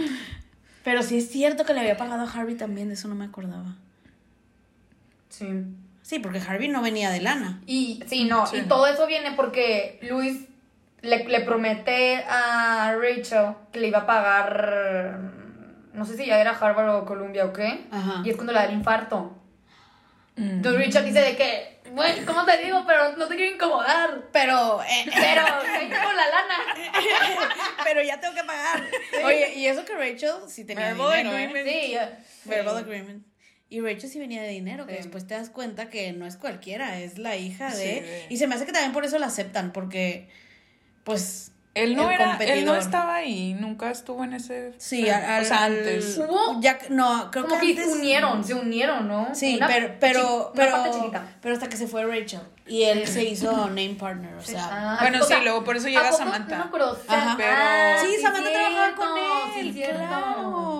Speaker 3: Pero sí es cierto que le había pagado a Harvey también, de eso no me acordaba.
Speaker 5: Sí.
Speaker 3: Sí, porque Harvey no venía de lana.
Speaker 5: Y sí, no,
Speaker 4: Sí.
Speaker 5: y todo eso viene porque Luis le, le promete a Rachel que le iba a pagar, no sé si ya era Harvard o Columbia o qué,
Speaker 3: Ajá.
Speaker 5: y es cuando le da el infarto.
Speaker 3: Mm.
Speaker 5: Entonces Rachel dice de que, bueno, ¿cómo te digo? Pero no te quiero incomodar,
Speaker 3: Pero, eh,
Speaker 5: pero vente con la lana.
Speaker 3: pero ya tengo que pagar. Oye, y eso que Rachel sí tenía
Speaker 4: Verbal
Speaker 3: dinero, ¿eh?
Speaker 4: agreement.
Speaker 5: Sí,
Speaker 3: Verbal agreement. Y Rachel sí venía de dinero, que
Speaker 5: Sí.
Speaker 3: después te das cuenta que no es cualquiera, es la hija
Speaker 4: Sí,
Speaker 3: de...
Speaker 4: de-
Speaker 3: Y se me hace que también por eso la aceptan, porque, pues...
Speaker 4: Él no
Speaker 3: El
Speaker 4: era, él no
Speaker 3: competidor.
Speaker 4: estaba ahí, nunca estuvo en ese.
Speaker 3: Sí,
Speaker 4: eh,
Speaker 3: al,
Speaker 4: o sea,
Speaker 3: al-
Speaker 4: antes.
Speaker 5: Hubo-
Speaker 3: ya- no, creo
Speaker 5: como
Speaker 3: que
Speaker 5: que se
Speaker 3: antes-
Speaker 5: unieron, se unieron, ¿no?
Speaker 3: Sí,
Speaker 5: Una
Speaker 3: pero,
Speaker 5: chi-
Speaker 3: pero,
Speaker 5: una parte
Speaker 3: pero,
Speaker 5: chiquita.
Speaker 3: pero hasta que se fue Rachel. Y él se hizo name partner, o sea.
Speaker 5: Ah,
Speaker 4: Bueno,
Speaker 5: o
Speaker 4: sí,
Speaker 5: sea,
Speaker 4: luego por eso
Speaker 5: ¿a
Speaker 4: llega
Speaker 5: poco?
Speaker 4: Samantha.
Speaker 5: No me acuerdo. o sea,
Speaker 3: Ajá.
Speaker 4: Pero-
Speaker 5: ah,
Speaker 3: sí,
Speaker 5: sí,
Speaker 3: Samantha trabajaba con
Speaker 5: cierto,
Speaker 3: él.
Speaker 5: sí, cierto.
Speaker 3: claro.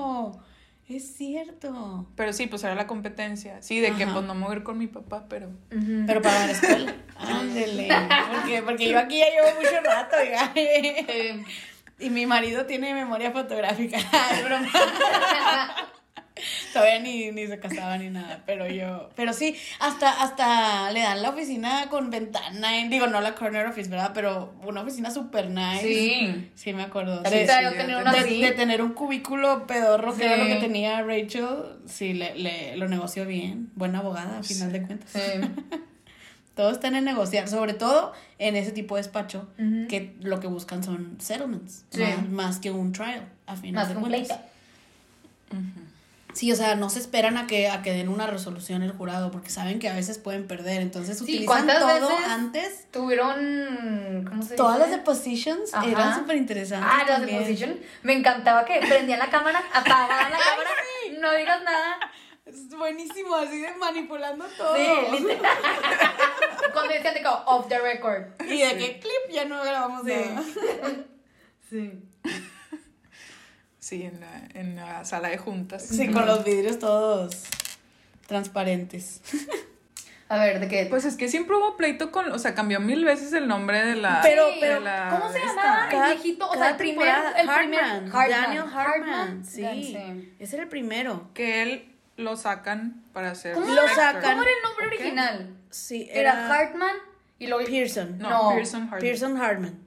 Speaker 3: Es cierto.
Speaker 4: Pero sí, pues era la competencia. Sí, de que
Speaker 3: Ajá.
Speaker 4: pues no me voy a ir con mi papá, pero.
Speaker 5: Ujú.
Speaker 3: Pero para la escuela. Ándele. Porque, porque yo aquí ya llevo mucho rato, oiga.
Speaker 5: Eh,
Speaker 3: Y mi marido tiene memoria fotográfica. Es broma. Todavía ni, ni se casaba ni nada, pero yo, pero sí, hasta, hasta le dan la oficina con ventana, en- digo, no la corner office, ¿verdad? Pero una oficina super nice.
Speaker 5: sí.
Speaker 3: Sí, me acuerdo.
Speaker 5: También
Speaker 3: Sí,
Speaker 5: traía
Speaker 4: sí,
Speaker 5: yo tener
Speaker 4: yo
Speaker 5: una
Speaker 3: de,
Speaker 5: así.
Speaker 3: de tener un cubículo pedorro que era lo
Speaker 5: Sí.
Speaker 3: que tenía Rachel, sí, le, le- lo negoció bien. Buena abogada, al final de cuentas.
Speaker 5: Sí.
Speaker 3: Todos están en negociar, sobre todo en ese tipo de despacho,
Speaker 5: Ujú.
Speaker 3: que lo que buscan son settlements,
Speaker 5: Sí.
Speaker 3: más, más que un trial, a final
Speaker 5: Más
Speaker 3: de
Speaker 5: completa.
Speaker 3: cuentas. Sí, o sea, no se esperan a que, a que den una resolución el jurado, porque saben que a veces pueden perder, entonces utilizan
Speaker 5: ¿cuántas
Speaker 3: todo
Speaker 5: veces?
Speaker 3: antes.
Speaker 5: Tuvieron. ¿Cómo se
Speaker 3: Todas las
Speaker 5: dice?
Speaker 3: depositions
Speaker 5: Ajá.
Speaker 3: eran súper interesantes.
Speaker 5: Ah, las de position. Me encantaba que prendían la cámara, apagaban la cámara, no digas nada.
Speaker 3: Es buenísimo, así de manipulando todo.
Speaker 5: Sí, literal. Cuando decían de que off the record.
Speaker 3: Y de que clip ya no grabamos nada.
Speaker 5: Sí.
Speaker 4: Sí, en la, en la sala de juntas.
Speaker 3: Sí, con los vidrios todos transparentes.
Speaker 5: A ver, de qué.
Speaker 4: Pues es que siempre hubo pleito con. O sea, cambió mil veces el nombre de la.
Speaker 3: Pero-
Speaker 5: Sí,
Speaker 3: pero,
Speaker 4: de la-
Speaker 5: ¿Cómo se
Speaker 4: Ah, esta.
Speaker 5: llamaba
Speaker 3: Cada-
Speaker 5: el viejito? O sea,
Speaker 3: cada
Speaker 5: el primer. El
Speaker 3: temporada,
Speaker 5: primer.
Speaker 3: Hartman, Daniel Hartman. sí, ese era el primero.
Speaker 4: Que él lo sacan para hacer.
Speaker 5: ¿Cómo?
Speaker 3: Lo
Speaker 4: Spectre.
Speaker 3: sacan.
Speaker 5: ¿Cómo era el nombre
Speaker 4: Ok.
Speaker 5: original?
Speaker 3: Sí,
Speaker 5: Era
Speaker 3: era,
Speaker 5: Hartman y luego.
Speaker 3: Pearson.
Speaker 4: No,
Speaker 5: No,
Speaker 4: Pearson Hardy.
Speaker 3: Pearson Hartman.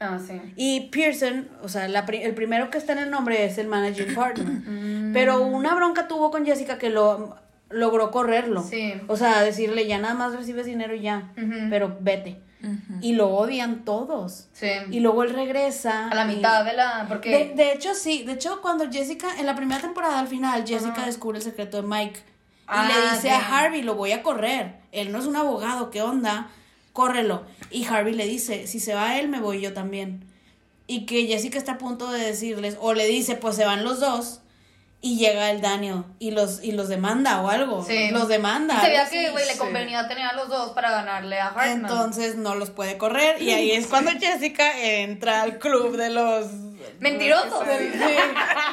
Speaker 5: Ah, sí.
Speaker 3: Y Pearson, o sea, la pri- el primero que está en el nombre es el managing partner.
Speaker 5: Mm.
Speaker 3: Pero una bronca tuvo con Jessica que lo logró correrlo.
Speaker 5: Sí.
Speaker 3: O sea, decirle, ya nada más recibes dinero y ya,
Speaker 5: Ujú.
Speaker 3: pero vete.
Speaker 4: Ujú.
Speaker 3: Y lo odian todos.
Speaker 5: Sí.
Speaker 3: Y luego él regresa.
Speaker 5: a la
Speaker 3: y-
Speaker 5: mitad de la. Porque.
Speaker 3: De, de hecho, sí. De hecho, cuando Jessica, en la primera temporada, al final, Jessica
Speaker 5: Ajá.
Speaker 3: descubre el secreto de Mike. Y
Speaker 5: Ah,
Speaker 3: le dice
Speaker 5: sí.
Speaker 3: a Harvey, lo voy a correr. Él no es un abogado, ¿qué onda? Córrelo. Y Harvey le dice, si se va él, me voy yo también. Y que Jessica está a punto de decirles, o le dice, pues se van los dos. Y llega el Daniel y los, y los demanda o algo.
Speaker 5: Sí.
Speaker 3: Los demanda.
Speaker 5: Se
Speaker 3: algo
Speaker 5: veía
Speaker 3: así.
Speaker 5: que, güey, le
Speaker 4: sí.
Speaker 5: convenía tener a los dos para ganarle a Hartman.
Speaker 3: Entonces no los puede correr. Y ahí es cuando Jessica entra al club de los.
Speaker 5: Mentirosos.
Speaker 3: pues, Sí, sí.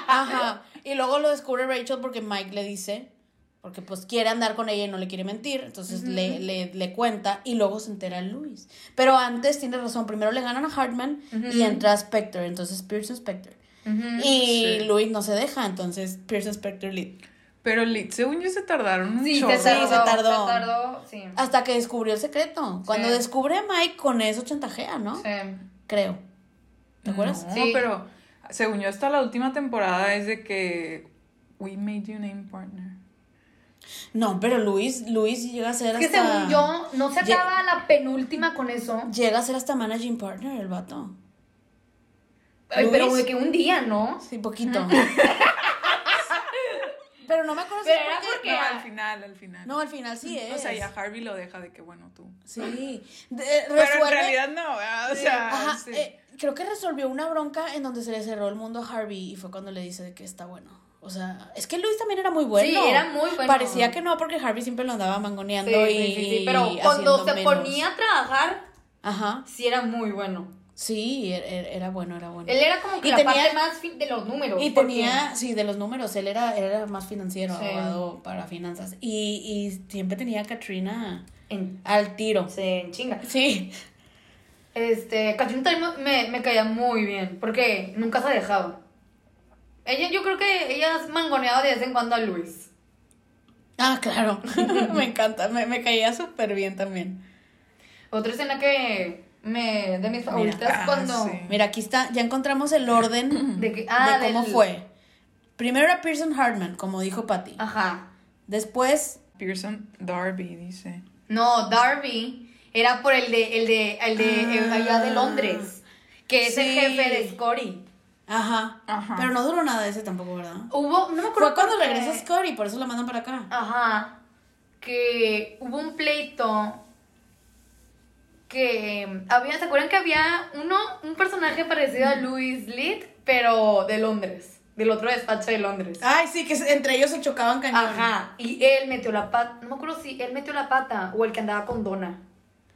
Speaker 3: Ajá. Y luego lo descubre Rachel porque Mike le dice, porque pues quiere andar con ella y no le quiere mentir, entonces le, le, le cuenta y luego se entera Luis. Pero antes tiene razón, primero le ganan a Hartman y entra Spectre, entonces Pearson Spectre.
Speaker 5: Ujú.
Speaker 3: Y
Speaker 4: Sí.
Speaker 3: Luis no se deja, entonces Pearson Spectre le...
Speaker 4: Pero li- según yo se tardaron un
Speaker 5: Sí,
Speaker 4: chorro.
Speaker 5: se tardó,
Speaker 3: se tardó. Ah,
Speaker 5: Se tardó, sí.
Speaker 3: Hasta que descubrió el secreto. Cuando
Speaker 5: Sí.
Speaker 3: descubre a Mike, con eso chantajea, ¿no?
Speaker 5: Sí.
Speaker 3: Creo. ¿Te acuerdas?
Speaker 4: No,
Speaker 5: Sí.
Speaker 4: pero según yo hasta la última temporada es de que we made you name partner.
Speaker 3: No, pero Luis, Luis llega a ser
Speaker 5: Es que
Speaker 3: hasta...
Speaker 5: según yo, no se
Speaker 3: Ye-
Speaker 5: acaba la penúltima con eso.
Speaker 3: Llega a ser hasta managing partner el vato.
Speaker 5: Ay, pero
Speaker 3: Luis.
Speaker 5: de que un día, ¿no?
Speaker 3: Sí, poquito. Pero Pero no me acuerdo si
Speaker 5: Pero
Speaker 3: era
Speaker 5: era
Speaker 3: porque-
Speaker 5: porque-
Speaker 4: No, al final, al final.
Speaker 3: No, al final sí es.
Speaker 4: O sea, ya Harvey lo deja de que, bueno, tú.
Speaker 3: Sí. De-
Speaker 4: Pero
Speaker 3: resuelve-
Speaker 4: en realidad no, ¿verdad? o sea,
Speaker 3: Ajá,
Speaker 4: sí.
Speaker 3: eh, creo que resolvió una bronca en donde se le cerró el mundo a Harvey y fue cuando le dice de que está bueno. O sea, es que Luis también era muy bueno.
Speaker 5: Sí, era muy bueno.
Speaker 3: Parecía que no, porque Harvey siempre lo andaba mangoneando
Speaker 5: Sí,
Speaker 3: y.
Speaker 5: sí, sí, sí, pero
Speaker 3: haciendo
Speaker 5: cuando se
Speaker 3: menos.
Speaker 5: ponía a trabajar,
Speaker 3: Ajá.
Speaker 5: sí era muy bueno.
Speaker 3: Sí, er- er- era bueno, era bueno.
Speaker 5: Él era como que
Speaker 3: Y
Speaker 5: la
Speaker 3: tenía-
Speaker 5: parte más fin de los números.
Speaker 3: Y
Speaker 5: porque-
Speaker 3: tenía, sí, de los números, él era, era más financiero,
Speaker 5: Sí.
Speaker 3: abogado para finanzas. Y, y siempre tenía a Katrina
Speaker 5: En,
Speaker 3: al tiro. Sí.
Speaker 5: se en chinga. Este, Catrina también me, me caía muy bien, porque nunca se dejaba. Ella, yo creo que ella mangoneaba de vez en cuando a Luis.
Speaker 3: Ah, claro. me encanta. Me, me caía súper bien también.
Speaker 5: Otra escena que me, de mis favoritas
Speaker 4: Ah,
Speaker 5: cuando...
Speaker 4: sí.
Speaker 3: Mira, aquí está, ya encontramos el orden
Speaker 5: De que- ah,
Speaker 3: de cómo
Speaker 5: del-
Speaker 3: fue. Primero era Pearson Hartman, como dijo Patty.
Speaker 5: Ajá.
Speaker 3: Después,
Speaker 4: Pearson Darby dice.
Speaker 5: No, Darby era por el de, el de, el de el allá de Londres, que es el
Speaker 3: Ah. Sí.
Speaker 5: jefe de Scotty.
Speaker 3: ajá,
Speaker 4: Ajá.
Speaker 3: Pero no duró nada ese tampoco, ¿verdad?
Speaker 5: Hubo, no me acuerdo.
Speaker 3: Fue cuando
Speaker 5: por qué.
Speaker 3: regresó Scotty, por eso la mandan para acá.
Speaker 5: Ajá. Que hubo un pleito que había, ¿se acuerdan que había uno, un personaje parecido a Louis Litt, pero de Londres, del otro despacho de Londres?
Speaker 3: Ay, sí, que se- entre ellos se chocaban Ah, cañón.
Speaker 5: Ajá. Y él metió la pata, no me acuerdo si él metió la pata o el que andaba con Donna.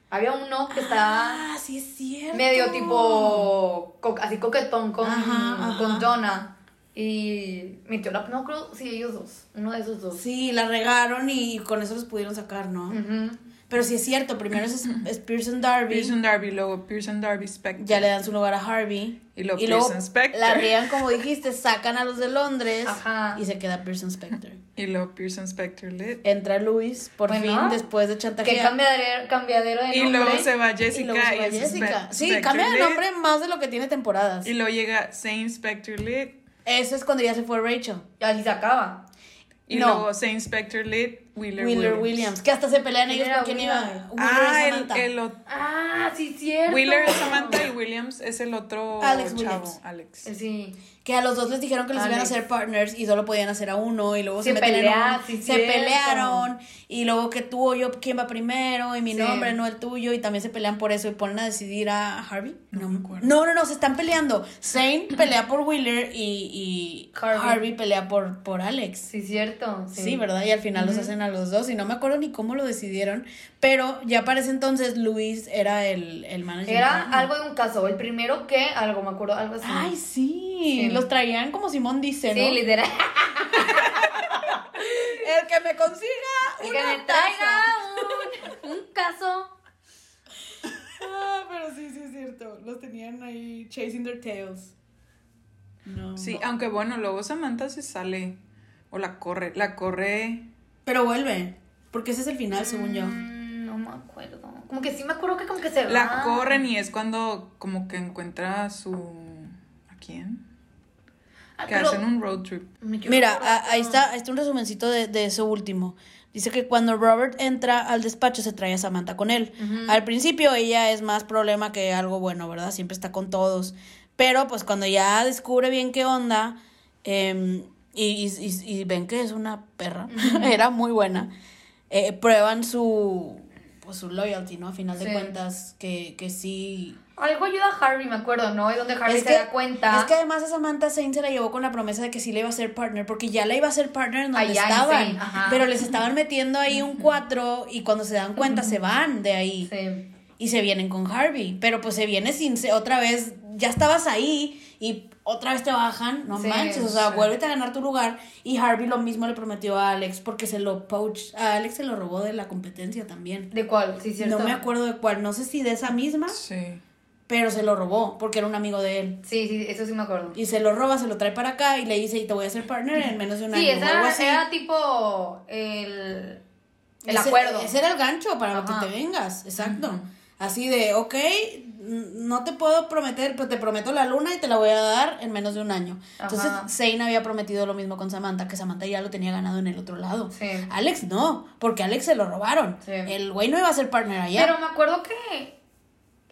Speaker 5: Había uno que estaba
Speaker 3: Ah, sí es cierto.
Speaker 5: medio tipo, co- así coquetón con,
Speaker 3: Ajá, ajá.
Speaker 5: con Donna. Y metió la, no creo, sí, ellos dos, uno de esos dos.
Speaker 3: Sí, la regaron y con eso los pudieron sacar, ¿no?
Speaker 4: Mm.
Speaker 5: Ujú.
Speaker 3: Pero sí es cierto, primero es, es Pearson Darby.
Speaker 4: Pearson Darby, luego Pearson Darby Spectre.
Speaker 3: Ya le dan su lugar a Harvey.
Speaker 4: Y luego Pearson Spector.
Speaker 3: la riegan, como dijiste, sacan a los de Londres
Speaker 5: Ajá.
Speaker 3: y se queda Pearson Spector.
Speaker 4: Y luego Pearson Spectre Lit.
Speaker 3: Entra Luis, por
Speaker 5: Bueno,
Speaker 3: fin, después de
Speaker 5: Que
Speaker 3: chantajear.
Speaker 5: cambiadero, cambiadero de
Speaker 4: Y
Speaker 5: nombre.
Speaker 4: luego se va
Speaker 3: Y
Speaker 4: Jessica.
Speaker 3: luego se va
Speaker 4: es
Speaker 3: Jessica.
Speaker 4: Spe-
Speaker 3: Sí,
Speaker 4: Spectre
Speaker 3: cambia de
Speaker 4: Lit.
Speaker 3: nombre más de lo que tiene temporadas.
Speaker 4: Y luego llega Same Spectre Lit.
Speaker 3: Eso es cuando ya se fue Rachel.
Speaker 5: Y así se acaba.
Speaker 4: Y
Speaker 3: No.
Speaker 4: luego Same Spectre Lit, Wheeler,
Speaker 3: Wheeler, Williams. Que hasta se pelean
Speaker 5: ¿Quién
Speaker 3: ellos
Speaker 5: era
Speaker 3: por quién iba.
Speaker 5: Wheeler?
Speaker 3: Wheeler
Speaker 4: Ah,
Speaker 3: o
Speaker 4: el,
Speaker 3: Samantha.
Speaker 4: el ot-
Speaker 5: Ah, sí, cierto.
Speaker 4: Wheeler es Samantha y Williams es el otro
Speaker 3: Alex
Speaker 4: chavo,
Speaker 3: Williams.
Speaker 4: Alex.
Speaker 5: Sí.
Speaker 3: Que a los dos les dijeron que los iban a
Speaker 5: Alex.
Speaker 3: hacer partners y solo podían hacer a uno y luego se,
Speaker 5: Se
Speaker 3: meten en
Speaker 5: pelea-
Speaker 3: un-
Speaker 5: sí,
Speaker 3: se
Speaker 5: cierto.
Speaker 3: pelearon y luego que tú o yo quién va primero y mi
Speaker 5: Sí.
Speaker 3: nombre no el tuyo y también se pelean por eso y ponen a decidir a Harvey. No, me acuerdo. No, no, no, se están peleando. Zane pelea por Wheeler y, y Harvey.
Speaker 5: Harvey.
Speaker 3: pelea por, por Alex.
Speaker 5: Sí, cierto.
Speaker 3: Sí, ¿verdad? Y al final los hacen a los dos y no me acuerdo ni cómo lo decidieron, pero ya para ese entonces Luis era el, el manager.
Speaker 5: Era
Speaker 3: interno.
Speaker 5: algo de un caso. El primero que, algo, me acuerdo, algo así.
Speaker 3: Ay, sí.
Speaker 5: Sí.
Speaker 3: Los traían como Simón dice, ¿no?
Speaker 5: Sí, literal.
Speaker 3: El que me consiga
Speaker 5: Y
Speaker 3: una
Speaker 5: que me
Speaker 3: taza.
Speaker 5: traiga un, un caso.
Speaker 3: Ah, pero sí, sí es cierto. Los tenían ahí chasing their tails. No.
Speaker 4: Sí, aunque bueno, luego Samantha se sale o la corre, la corre.
Speaker 3: Pero vuelve, porque ese es el final, Ah, según yo.
Speaker 5: Mm, No me acuerdo. Como que sí me acuerdo que como que se
Speaker 3: Ah.
Speaker 5: va.
Speaker 4: La corren y es cuando como que encuentra a su ¿a quién?
Speaker 5: Ah,
Speaker 4: Que
Speaker 5: pero-
Speaker 4: hacen un road trip.
Speaker 5: Me equivoco.
Speaker 3: Mira, a- ahí está, ahí está un resumencito de, de eso último. Dice que cuando Robert entra al despacho se trae a Samantha con él. Al principio ella es más problema que algo bueno, ¿verdad? Siempre está con todos. Pero pues cuando ya descubre bien qué onda em, y, y- y- y ven que es una perra, era muy buena, eh, prueban su, pues, su loyalty, ¿no? A final de
Speaker 5: Sí.
Speaker 3: cuentas, que, que sí
Speaker 5: Algo ayuda a Harvey, me acuerdo, ¿no? Es donde Harvey se da cuenta.
Speaker 3: es que además a Samantha Saint se la llevó con la promesa de que sí le iba a ser partner, porque ya la iba a ser partner en donde
Speaker 5: Allá en
Speaker 3: estaban.
Speaker 5: Zane, ajá.
Speaker 3: pero les estaban metiendo ahí un cuatro y cuando se dan cuenta se van de ahí
Speaker 5: Sí.
Speaker 3: y se vienen con Harvey. Pero pues se viene sin se- otra vez, ya estabas ahí y otra vez te bajan, no
Speaker 5: Sí,
Speaker 3: manches, o sea,
Speaker 4: sí.
Speaker 3: vuélvete a ganar tu lugar. Y Harvey lo mismo le prometió a Alex porque se lo poach, a Alex se lo robó de la competencia también.
Speaker 5: ¿De cuál? Sí, cierto.
Speaker 3: No me acuerdo de cuál, no sé si de esa misma,
Speaker 4: Sí.
Speaker 3: pero se lo robó porque era un amigo de él.
Speaker 5: Sí, sí, eso sí me acuerdo.
Speaker 3: Y se lo roba, se lo trae para acá y le dice, y te voy a hacer partner en menos de un
Speaker 5: Sí,
Speaker 3: año. o
Speaker 5: esa
Speaker 3: algo
Speaker 5: era,
Speaker 3: así.
Speaker 5: era tipo el, el
Speaker 3: Ese-
Speaker 5: acuerdo.
Speaker 3: Ese era el gancho para
Speaker 5: Ajá.
Speaker 3: que te vengas, exacto. Así de, ok, n- no te puedo prometer, pero te prometo la luna y te la voy a dar en menos de un año. Entonces,
Speaker 5: Ajá.
Speaker 3: Zane había prometido lo mismo con Samantha, que Samantha ya lo tenía ganado en el otro lado.
Speaker 5: Sí.
Speaker 3: Alex no, porque a Alex se lo robaron.
Speaker 5: Sí.
Speaker 3: El güey no iba a ser partner allá.
Speaker 5: Pero me acuerdo que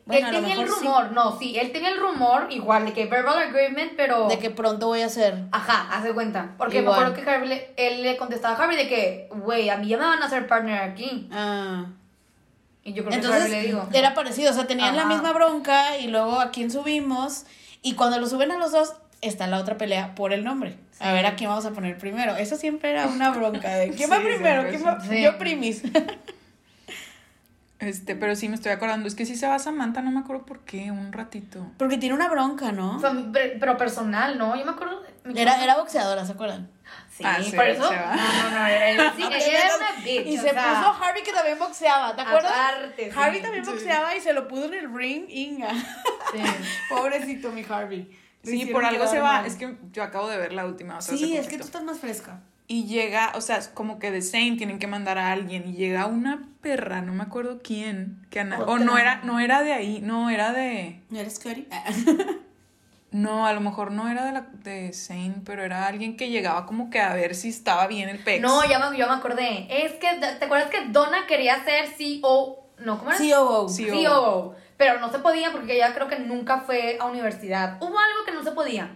Speaker 3: Bueno, a
Speaker 5: él
Speaker 3: lo
Speaker 5: tenía el
Speaker 3: mejor sí.
Speaker 5: rumor, no, sí, él tenía el rumor igual de que verbal agreement, pero...
Speaker 3: De que pronto voy a hacer.
Speaker 5: Ajá, hace cuenta. Porque
Speaker 3: Igual.
Speaker 5: me acuerdo que Harvey le- él le contestaba a Harvey de que, güey, a mí ya me van a hacer partner aquí.
Speaker 3: Ah.
Speaker 5: Y yo creo
Speaker 3: Entonces,
Speaker 5: que Harvey le digo.
Speaker 3: era parecido, o sea, tenían la
Speaker 5: Ajá.
Speaker 3: misma bronca y luego a quién subimos. Y cuando lo suben a los dos, está la otra pelea por el nombre. A ver a quién vamos a poner primero. Eso siempre era una bronca de quién va
Speaker 4: Sí,
Speaker 3: primero,
Speaker 4: siempre
Speaker 3: ¿Quién va-
Speaker 5: es- sí.
Speaker 3: yo primis.
Speaker 4: Este, pero sí me estoy acordando. Es que sí se va Samantha, no me acuerdo por qué, un ratito.
Speaker 3: Porque tiene una bronca, ¿no?
Speaker 5: Fam- pero, pero personal, ¿no? Yo me acuerdo. me
Speaker 3: Era, era boxeadora, ¿se acuerdan? Ah,
Speaker 5: Sí,
Speaker 4: Ah, sí,
Speaker 5: por eso.
Speaker 4: se va.
Speaker 5: No, no, no. Era, sí, ella era una bitch.
Speaker 3: Y
Speaker 5: o
Speaker 3: se
Speaker 5: sea,
Speaker 3: puso Harvey que también boxeaba, ¿te acuerdas?
Speaker 5: Aparte, sí.
Speaker 3: Harvey también boxeaba y se lo puso en el ring, Inga. Pobrecito mi Harvey. Le
Speaker 4: Sí,
Speaker 3: hicieron
Speaker 4: por algo
Speaker 3: quedar
Speaker 4: se va.
Speaker 3: mal.
Speaker 4: Es que yo acabo de ver la última. o sea,
Speaker 3: Sí,
Speaker 4: hace
Speaker 3: es que tú
Speaker 4: poquito.
Speaker 3: estás más fresca.
Speaker 4: Y llega, o sea, es como que de Zane tienen que mandar a alguien. Y llega una perra, no me acuerdo quién. Que ana- o no era, no era de ahí, no, era de.
Speaker 3: ¿No eres Curry?
Speaker 4: No, a lo mejor no era de la de Zane, pero era alguien que llegaba como que a ver si estaba bien el pex.
Speaker 5: No, ya me, yo me acordé. Es que, ¿te acuerdas que Donna quería ser CEO? No, ¿cómo era?
Speaker 3: COO.
Speaker 4: Sí.
Speaker 5: CEO. Pero no se podía porque ella creo que nunca fue a universidad. Hubo algo que no se podía.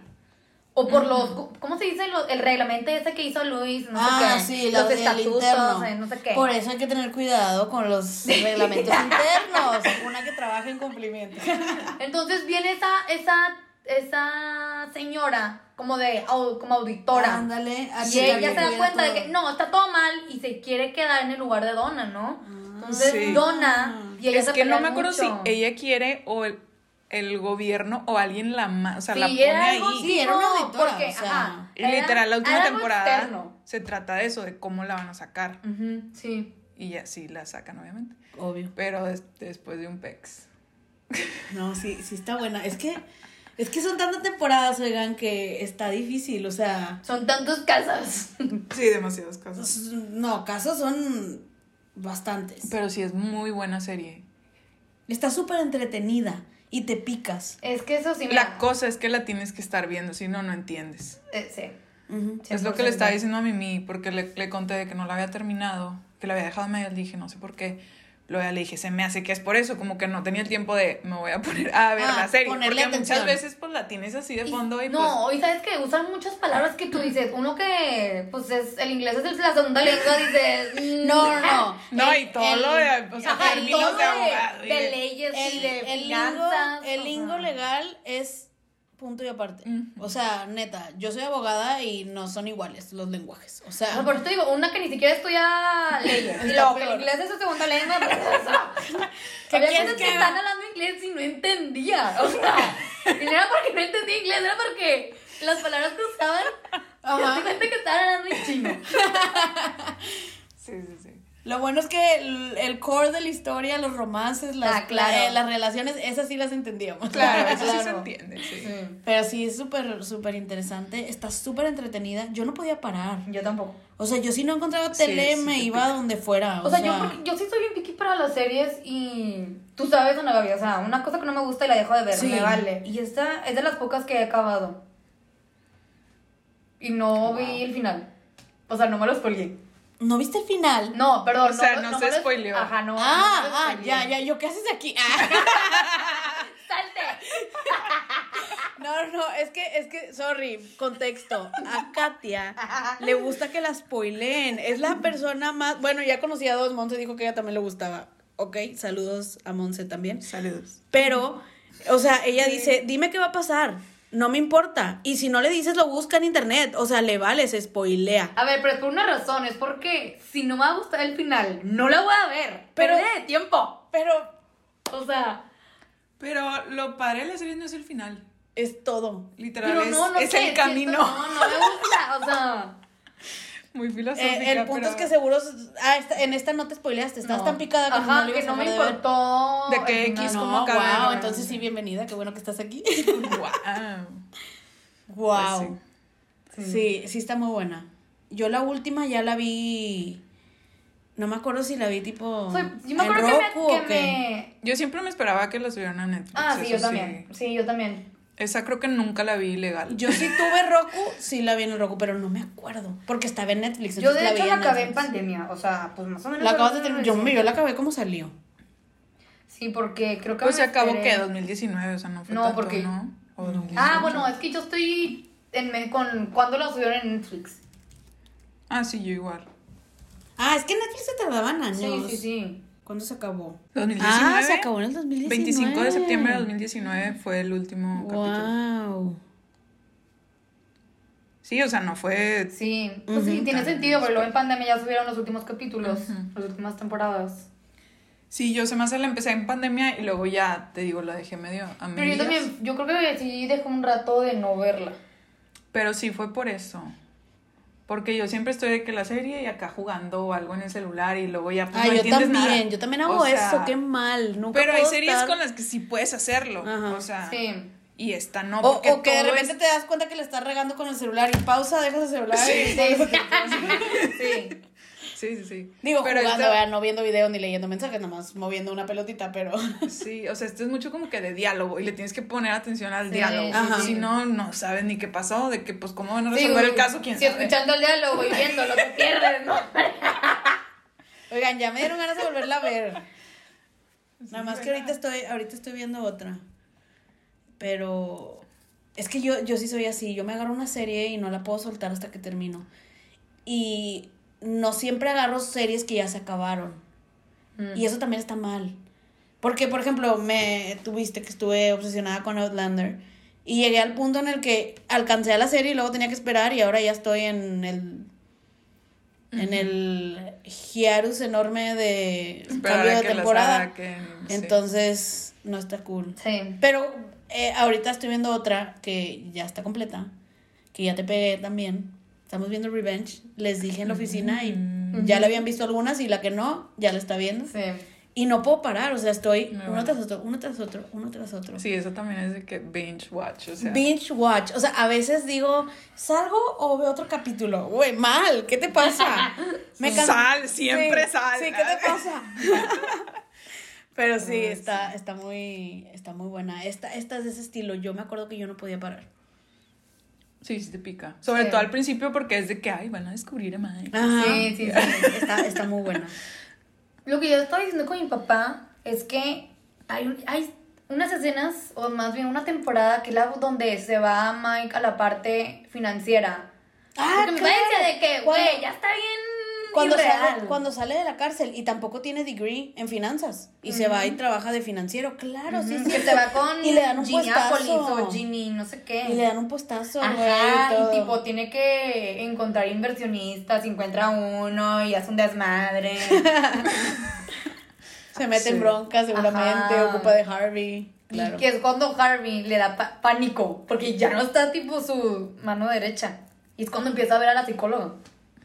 Speaker 5: O por
Speaker 3: Mm.
Speaker 5: los, ¿cómo se dice? Lo- el reglamento ese que hizo Luis, no
Speaker 3: ah,
Speaker 5: sé qué.
Speaker 3: sí,
Speaker 5: los
Speaker 3: los del interno.
Speaker 5: eh, no sé qué.
Speaker 3: Por eso hay que tener cuidado con los reglamentos internos. Una que trabaja en cumplimiento.
Speaker 5: Entonces viene esa, esa, esa señora como de, au- como auditora.
Speaker 3: Ándale. a
Speaker 5: Y
Speaker 3: que también
Speaker 5: ella se da
Speaker 3: cuida
Speaker 5: cuenta de
Speaker 3: todo.
Speaker 5: que no, está todo mal y se quiere quedar en el lugar de Donna, ¿no?
Speaker 3: Ah,
Speaker 5: Entonces
Speaker 4: Sí.
Speaker 5: Donna y ella
Speaker 4: es
Speaker 5: se
Speaker 4: que no
Speaker 5: pelean
Speaker 4: me acuerdo
Speaker 5: mucho.
Speaker 4: si ella quiere o el, el gobierno o alguien la ma- o sea,
Speaker 5: Sí,
Speaker 4: la pone
Speaker 5: era
Speaker 4: ahí.
Speaker 5: algo así
Speaker 3: Sí, era una
Speaker 5: como-
Speaker 3: auditora,
Speaker 5: porque,
Speaker 3: o sea,
Speaker 5: ajá,
Speaker 4: Y
Speaker 5: era-
Speaker 4: literal, la última
Speaker 5: era algo
Speaker 4: temporada
Speaker 5: externo.
Speaker 4: se trata de eso, de cómo la van a sacar.
Speaker 5: Ujú, sí.
Speaker 4: Y ya sí la sacan, obviamente.
Speaker 3: Obvio.
Speaker 4: Pero des- después de un pex.
Speaker 3: No, sí, sí está buena. Es que, es que son tantas temporadas, oigan, que está difícil. O sea,
Speaker 5: Son tantos casas.
Speaker 4: Sí, demasiadas cosas.
Speaker 3: s- no, casos son bastantes.
Speaker 4: Pero sí es muy buena serie.
Speaker 3: Está súper entretenida y te picas.
Speaker 5: Es que eso sí me
Speaker 4: La cosa es que la tienes que estar viendo, si no, no entiendes.
Speaker 5: Eh, sí.
Speaker 3: Ujú.
Speaker 4: Es lo que le
Speaker 5: 100%.
Speaker 4: estaba diciendo a Mimi, porque le, le conté de que no la había terminado, que la había dejado a medias, le dije, no sé por qué. Luego le dije, se me hace que es por eso, como que no tenía el tiempo de, me voy a poner a ver
Speaker 3: Ah,
Speaker 4: la serie. Porque
Speaker 3: ponerle
Speaker 4: muchas
Speaker 3: atención.
Speaker 4: veces pues la tienes así de
Speaker 5: Y-
Speaker 4: fondo y pues,
Speaker 5: no, y sabes que usan muchas palabras que tú dices, uno que pues es el inglés es la segunda lengua, dices, mm,
Speaker 3: No, no, no.
Speaker 4: pues... No, y todo
Speaker 3: el-
Speaker 4: lo de, o sea,
Speaker 5: ajá, y
Speaker 4: términos
Speaker 5: todo
Speaker 4: de abogado.
Speaker 5: de, e-
Speaker 4: y
Speaker 5: de
Speaker 4: de-
Speaker 5: leyes y
Speaker 3: el,
Speaker 5: de
Speaker 3: el lingo,
Speaker 5: finanzas.
Speaker 3: el
Speaker 5: o
Speaker 3: lingo
Speaker 5: sea.
Speaker 3: legal es punto y aparte. O sea, neta, yo soy abogada y no son iguales los lenguajes. O
Speaker 5: O sea,
Speaker 3: sea,
Speaker 5: por eso te digo, una que ni siquiera estudia leyes. Y
Speaker 3: Está
Speaker 5: luego que el
Speaker 3: peor.
Speaker 5: inglés es su segunda lengua. o sea,
Speaker 3: ¿Qué
Speaker 5: había
Speaker 3: quieres
Speaker 5: veces que
Speaker 3: que haga?
Speaker 5: están hablando inglés y no entendía. O sea, y no era porque no entendía inglés, era porque las palabras que usaban,
Speaker 3: Ajá.
Speaker 5: de repente que estaban hablando en chino.
Speaker 4: Sí, sí, sí.
Speaker 3: lo bueno es que el, el core de la historia, los romances, las,
Speaker 5: Ah, claro.
Speaker 3: eh, las relaciones, esas sí las entendíamos.
Speaker 4: Claro, eso sí se
Speaker 5: Claro.
Speaker 4: entiende, sí.
Speaker 3: Pero sí, es súper, súper interesante. Está súper entretenida. Yo no podía parar.
Speaker 5: Yo tampoco.
Speaker 3: O sea, yo si no encontraba
Speaker 4: Sí,
Speaker 3: tele,
Speaker 4: sí
Speaker 3: me
Speaker 4: te
Speaker 3: iba a donde fuera. O,
Speaker 5: O sea, yo, porque- yo sí soy bien picky para las series y tú sabes, Ana Gaby, o sea, una cosa que no me gusta y la dejo de ver,
Speaker 3: Sí.
Speaker 5: me vale. Y esta es de las pocas que he acabado. Y no vi el final. O sea, no me lo spoileé.
Speaker 3: ¿No viste el final?
Speaker 5: No, perdón.
Speaker 4: O sea, no se
Speaker 5: me lo-
Speaker 4: spoileó.
Speaker 5: Ajá,
Speaker 3: ah,
Speaker 5: no. no
Speaker 3: ah,
Speaker 5: me lo spoileé.
Speaker 3: ya, ya. ¿Yo qué haces aquí? Ah.
Speaker 5: ¡Salte!
Speaker 3: No, no, es que, es que, sorry, contexto. A Katia le gusta que la spoileen. Es la persona más. Bueno, ya conocí a dos. Monse dijo que ella también le gustaba. Ok, saludos a Monse también.
Speaker 4: Saludos.
Speaker 3: Pero, o sea, ella dice: dime qué va a pasar. No me importa. Y si no le dices, lo busca en internet. O sea, le vale, se spoilea.
Speaker 5: A ver, pero es por una razón, es porque si no me va a gustar el final, no la voy a ver.
Speaker 3: Pero-
Speaker 5: Pero de tiempo.
Speaker 3: Pero
Speaker 5: O sea,
Speaker 4: Pero lo padre de la serie no es el final.
Speaker 3: es todo.
Speaker 4: Literal,
Speaker 5: pero
Speaker 4: es,
Speaker 5: no, no
Speaker 4: es
Speaker 5: sé,
Speaker 4: el
Speaker 5: siento-
Speaker 4: camino.
Speaker 5: no, no me gusta, o sea.
Speaker 4: Muy filosófica.
Speaker 3: Eh, el punto
Speaker 4: pero-
Speaker 3: es que seguro. Ah, esta- en esta no te spoileaste. Estás
Speaker 5: no.
Speaker 3: tan picada que
Speaker 5: Ajá,
Speaker 3: no le
Speaker 5: que
Speaker 3: ibas a
Speaker 5: no me
Speaker 3: acabar de ver.
Speaker 5: importó.
Speaker 4: De que
Speaker 5: el final.
Speaker 4: X-
Speaker 3: No,
Speaker 4: como cada-
Speaker 3: wow, entonces sí, bienvenida, qué bueno que estás aquí.
Speaker 4: Guau.
Speaker 5: Pues
Speaker 3: wow. sí. sí, está muy buena. Yo la última ya la vi. No me acuerdo si la vi tipo.
Speaker 5: O sea, yo me
Speaker 3: en
Speaker 5: acuerdo que me-
Speaker 3: Roku
Speaker 5: que
Speaker 3: o
Speaker 5: me,
Speaker 3: qué.
Speaker 4: Yo siempre me esperaba que la subieran a Netflix.
Speaker 5: Ah, sí,
Speaker 4: eso
Speaker 5: yo también. Sí, yo también.
Speaker 4: Esa creo que nunca la vi ilegal.
Speaker 3: Yo sí tuve Roku, sí la vi en el Roku, pero no me acuerdo. Porque estaba en Netflix.
Speaker 5: Yo
Speaker 3: entonces
Speaker 5: de hecho
Speaker 3: vi
Speaker 5: la
Speaker 3: en
Speaker 5: acabé en
Speaker 3: Netflix.
Speaker 5: pandemia, o sea, pues más o menos.
Speaker 3: La
Speaker 5: por
Speaker 3: acabas
Speaker 5: eso
Speaker 3: de
Speaker 5: no
Speaker 3: tener.
Speaker 5: lo
Speaker 3: Yo,
Speaker 5: hice.
Speaker 3: yo la acabé como salió.
Speaker 5: Sí, porque creo que...
Speaker 4: Pues se
Speaker 5: me
Speaker 4: acabó
Speaker 5: esperé-
Speaker 4: que 2019, o sea, no fue
Speaker 5: No,
Speaker 4: tanto,
Speaker 5: porque-
Speaker 4: ¿no? O 2018.
Speaker 5: Ah, bueno, es que yo estoy en me- con... ¿Cuándo lo subieron en Netflix?
Speaker 4: Ah, sí, yo igual.
Speaker 3: Ah, es que en Netflix se tardaban
Speaker 5: Sí,
Speaker 3: años.
Speaker 5: sí, sí.
Speaker 6: ¿Cuándo se acabó?
Speaker 4: 2019.
Speaker 3: Ah, se acabó en el 2019.
Speaker 4: 25 de septiembre de 2019 fue el último capítulo.
Speaker 3: Wow.
Speaker 4: Sí, o sea, no fue
Speaker 5: Sí, pues sí, tiene sentido, porque luego en pandemia ya subieron los últimos capítulos, las últimas temporadas.
Speaker 4: Sí, yo se me hace la empecé en pandemia y luego ya te digo, la dejé medio a
Speaker 5: Pero yo
Speaker 4: medias.
Speaker 5: también, yo creo que sí dejé un rato de no verla.
Speaker 4: Pero sí fue por eso. Porque yo siempre estoy de que la serie y acá jugando o algo en el celular y luego ya pues,
Speaker 3: Ay, Ah,
Speaker 4: no
Speaker 3: yo
Speaker 4: entiendes
Speaker 3: también,
Speaker 4: nada.
Speaker 3: yo también
Speaker 4: O
Speaker 3: hago
Speaker 4: sea,
Speaker 3: eso, qué mal. Nunca
Speaker 4: Pero hay
Speaker 3: puedo
Speaker 4: series
Speaker 3: estar-
Speaker 4: con las que sí puedes hacerlo.
Speaker 3: Ajá.
Speaker 4: O sea,
Speaker 5: Sí.
Speaker 4: y esta no.
Speaker 3: O,
Speaker 4: porque
Speaker 3: o que de
Speaker 4: todo
Speaker 3: repente
Speaker 4: es-
Speaker 3: te das cuenta que le estás regando con el celular y pausa, dejas el celular.
Speaker 5: Sí, sí, sí.
Speaker 4: Sí, sí, sí.
Speaker 3: Digo,
Speaker 4: Pero
Speaker 3: jugando,
Speaker 4: esta-
Speaker 3: ¿verdad? no viendo video ni leyendo mensajes, nada más moviendo una pelotita, pero...
Speaker 4: Sí, o sea, esto es mucho como que de diálogo y le tienes que poner atención al
Speaker 5: Sí,
Speaker 4: diálogo.
Speaker 5: ajá.
Speaker 4: Si no, no sabes ni qué pasó, de que pues cómo van a
Speaker 5: Sí,
Speaker 4: resolver el
Speaker 5: güey.
Speaker 4: caso, quién
Speaker 5: Sí,
Speaker 4: sabe.
Speaker 5: escuchando el diálogo y viéndolo, te pierdes, ¿no?
Speaker 3: Oigan, ya me dieron ganas de volverla a ver. Nada más que ahorita estoy, ahorita estoy viendo otra. Pero es que yo, yo sí soy así. Yo me agarro una serie y no la puedo soltar hasta que termino. Y no siempre agarro series que ya se acabaron. Y eso también está mal. Porque, por ejemplo, me tuviste que estuve obsesionada con Outlander. Y llegué al punto en el que alcancé a la serie y luego tenía que esperar y ahora ya estoy en el... En el hiarus enorme de
Speaker 4: Esperar
Speaker 3: cambio
Speaker 4: a
Speaker 3: de
Speaker 4: que las
Speaker 3: temporada.
Speaker 4: saquen, sí.
Speaker 3: Entonces, no está cool.
Speaker 5: Sí.
Speaker 3: Pero eh, ahorita estoy viendo otra que ya está completa, que ya te pegué también. Estamos viendo Revenge. Les dije en la oficina y
Speaker 4: Mm.
Speaker 3: ya la habían visto algunas y la que no, ya la está viendo.
Speaker 5: Sí.
Speaker 3: Y no puedo parar, o sea, estoy
Speaker 4: Muy
Speaker 3: uno
Speaker 4: bueno.
Speaker 3: tras otro, uno tras otro, uno tras otro.
Speaker 4: Sí, eso también es de que binge watch, o sea.
Speaker 3: Binge watch, o sea, a veces digo, ¿salgo o veo otro capítulo? Güey, mal, ¿qué te pasa? can-
Speaker 4: Sal, siempre
Speaker 3: Sí,
Speaker 4: sal.
Speaker 3: Sí, ¿qué te pasa? Pero sí, está, está muy, está muy buena. Esta, esta es de ese estilo. Yo me acuerdo que yo no podía parar.
Speaker 4: Sí, sí te pica. Sobre
Speaker 5: Sí.
Speaker 4: todo al principio porque es de que, ay, van a descubrir a Mike.
Speaker 3: Ah.
Speaker 5: Sí, sí, sí.
Speaker 3: Está, está muy buena.
Speaker 5: Lo que yo estaba diciendo con mi papá es que hay, un- hay unas escenas, o más bien una temporada, que es la donde se va Mike a la parte financiera.
Speaker 3: Ah,
Speaker 5: Porque mi papá
Speaker 3: claro.
Speaker 5: decía de que,
Speaker 3: Cuando-
Speaker 5: güey, ya está bien
Speaker 3: Cuando
Speaker 5: irreal.
Speaker 3: sale, cuando sale de la cárcel y tampoco tiene degree en finanzas y se va y trabaja de financiero, claro, sí,
Speaker 5: Ujú,
Speaker 3: sí.
Speaker 5: que se va con
Speaker 3: y le dan un
Speaker 5: Gineápolis
Speaker 3: puestazo.
Speaker 5: o Ginny, no sé qué.
Speaker 3: Y le dan un postazo, güey.
Speaker 5: Ajá,
Speaker 3: todo.
Speaker 5: y tipo tiene que encontrar inversionistas, y encuentra uno y hace un desmadre.
Speaker 3: se mete en
Speaker 4: Sí.
Speaker 3: bronca seguramente,
Speaker 5: Ajá.
Speaker 3: ocupa de Harvey. Claro.
Speaker 5: Que es cuando Harvey le da pa- pánico, porque ya no está tipo su mano derecha. Y es cuando empieza a ver a la psicóloga.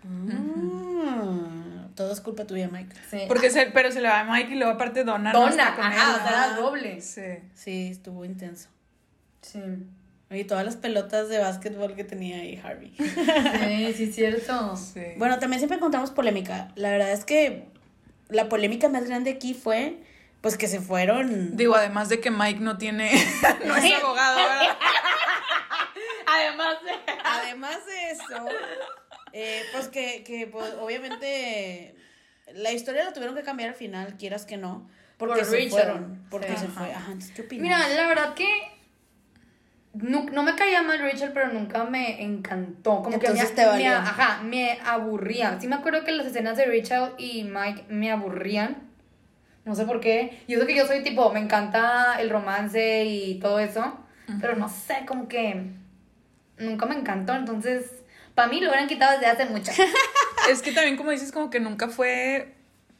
Speaker 3: Mm, todo es culpa tuya, Mike.
Speaker 5: Sí.
Speaker 4: Porque se, pero se le va a Mike y luego aparte Donna. no
Speaker 5: Donna,
Speaker 4: está con
Speaker 5: ajá,
Speaker 4: él,
Speaker 5: o sea, era
Speaker 4: ajá.
Speaker 5: doble.
Speaker 4: Sí.
Speaker 3: Sí, estuvo intenso.
Speaker 5: Sí,
Speaker 3: Y todas las pelotas de básquetbol que tenía ahí Harvey.
Speaker 5: sí, sí, es cierto.
Speaker 4: Sí.
Speaker 3: Bueno, también siempre encontramos polémica. La verdad es que la polémica más grande aquí fue, pues que se fueron.
Speaker 4: Digo, además de que Mike no tiene. no es abogado, ¿verdad?
Speaker 5: Además de...
Speaker 3: Además de eso, eh, pues que, que, pues, obviamente la historia la tuvieron que cambiar al final, quieras que no, porque
Speaker 5: Por
Speaker 3: se
Speaker 5: Richard.
Speaker 3: fueron, porque
Speaker 5: Sí.
Speaker 3: se fue. Ajá, entonces, ¿qué opinas?
Speaker 5: Mira, la verdad que nu- no, me caía mal Rachel, pero nunca me encantó. Como
Speaker 3: Entonces
Speaker 5: que me,
Speaker 3: te valió.
Speaker 5: me- ajá, me aburría. Sí me acuerdo que las escenas de Rachel y Mike me aburrían. No sé por qué. Y eso que yo soy tipo, me encanta el romance y todo eso. Pero no sé, como que nunca me encantó. Entonces, para mí lo hubieran quitado desde hace mucho.
Speaker 4: Es que también, como dices, como que nunca fue.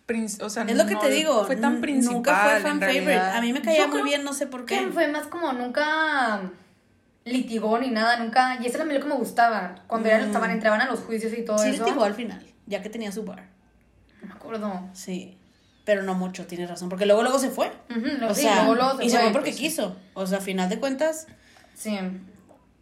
Speaker 4: princ- O sea,
Speaker 3: es lo que
Speaker 4: no
Speaker 3: te digo.
Speaker 4: Fue
Speaker 3: n-
Speaker 4: tan principal.
Speaker 3: Nunca fue
Speaker 4: en
Speaker 3: fan favorite.
Speaker 4: realidad.
Speaker 3: A mí me caía
Speaker 5: Yo
Speaker 3: muy
Speaker 5: creo
Speaker 3: bien, no sé por qué.
Speaker 5: que fue más como nunca litigó ni nada, nunca. Y eso era a mí lo que me gustaba. Cuando ya estaban, entraban a los juicios y todo
Speaker 3: Mm. Sí,
Speaker 5: eso.
Speaker 3: litigó al final, ya que tenía su bar.
Speaker 5: No me acuerdo.
Speaker 3: Sí. Pero no mucho, tienes razón. Porque luego, luego se fue.
Speaker 5: Ujú, lo-
Speaker 3: o
Speaker 5: Mm, sí,
Speaker 3: sea,
Speaker 5: luego, luego
Speaker 3: y se fue porque
Speaker 5: pues,
Speaker 3: quiso. O sea, a final de cuentas,
Speaker 5: Sí.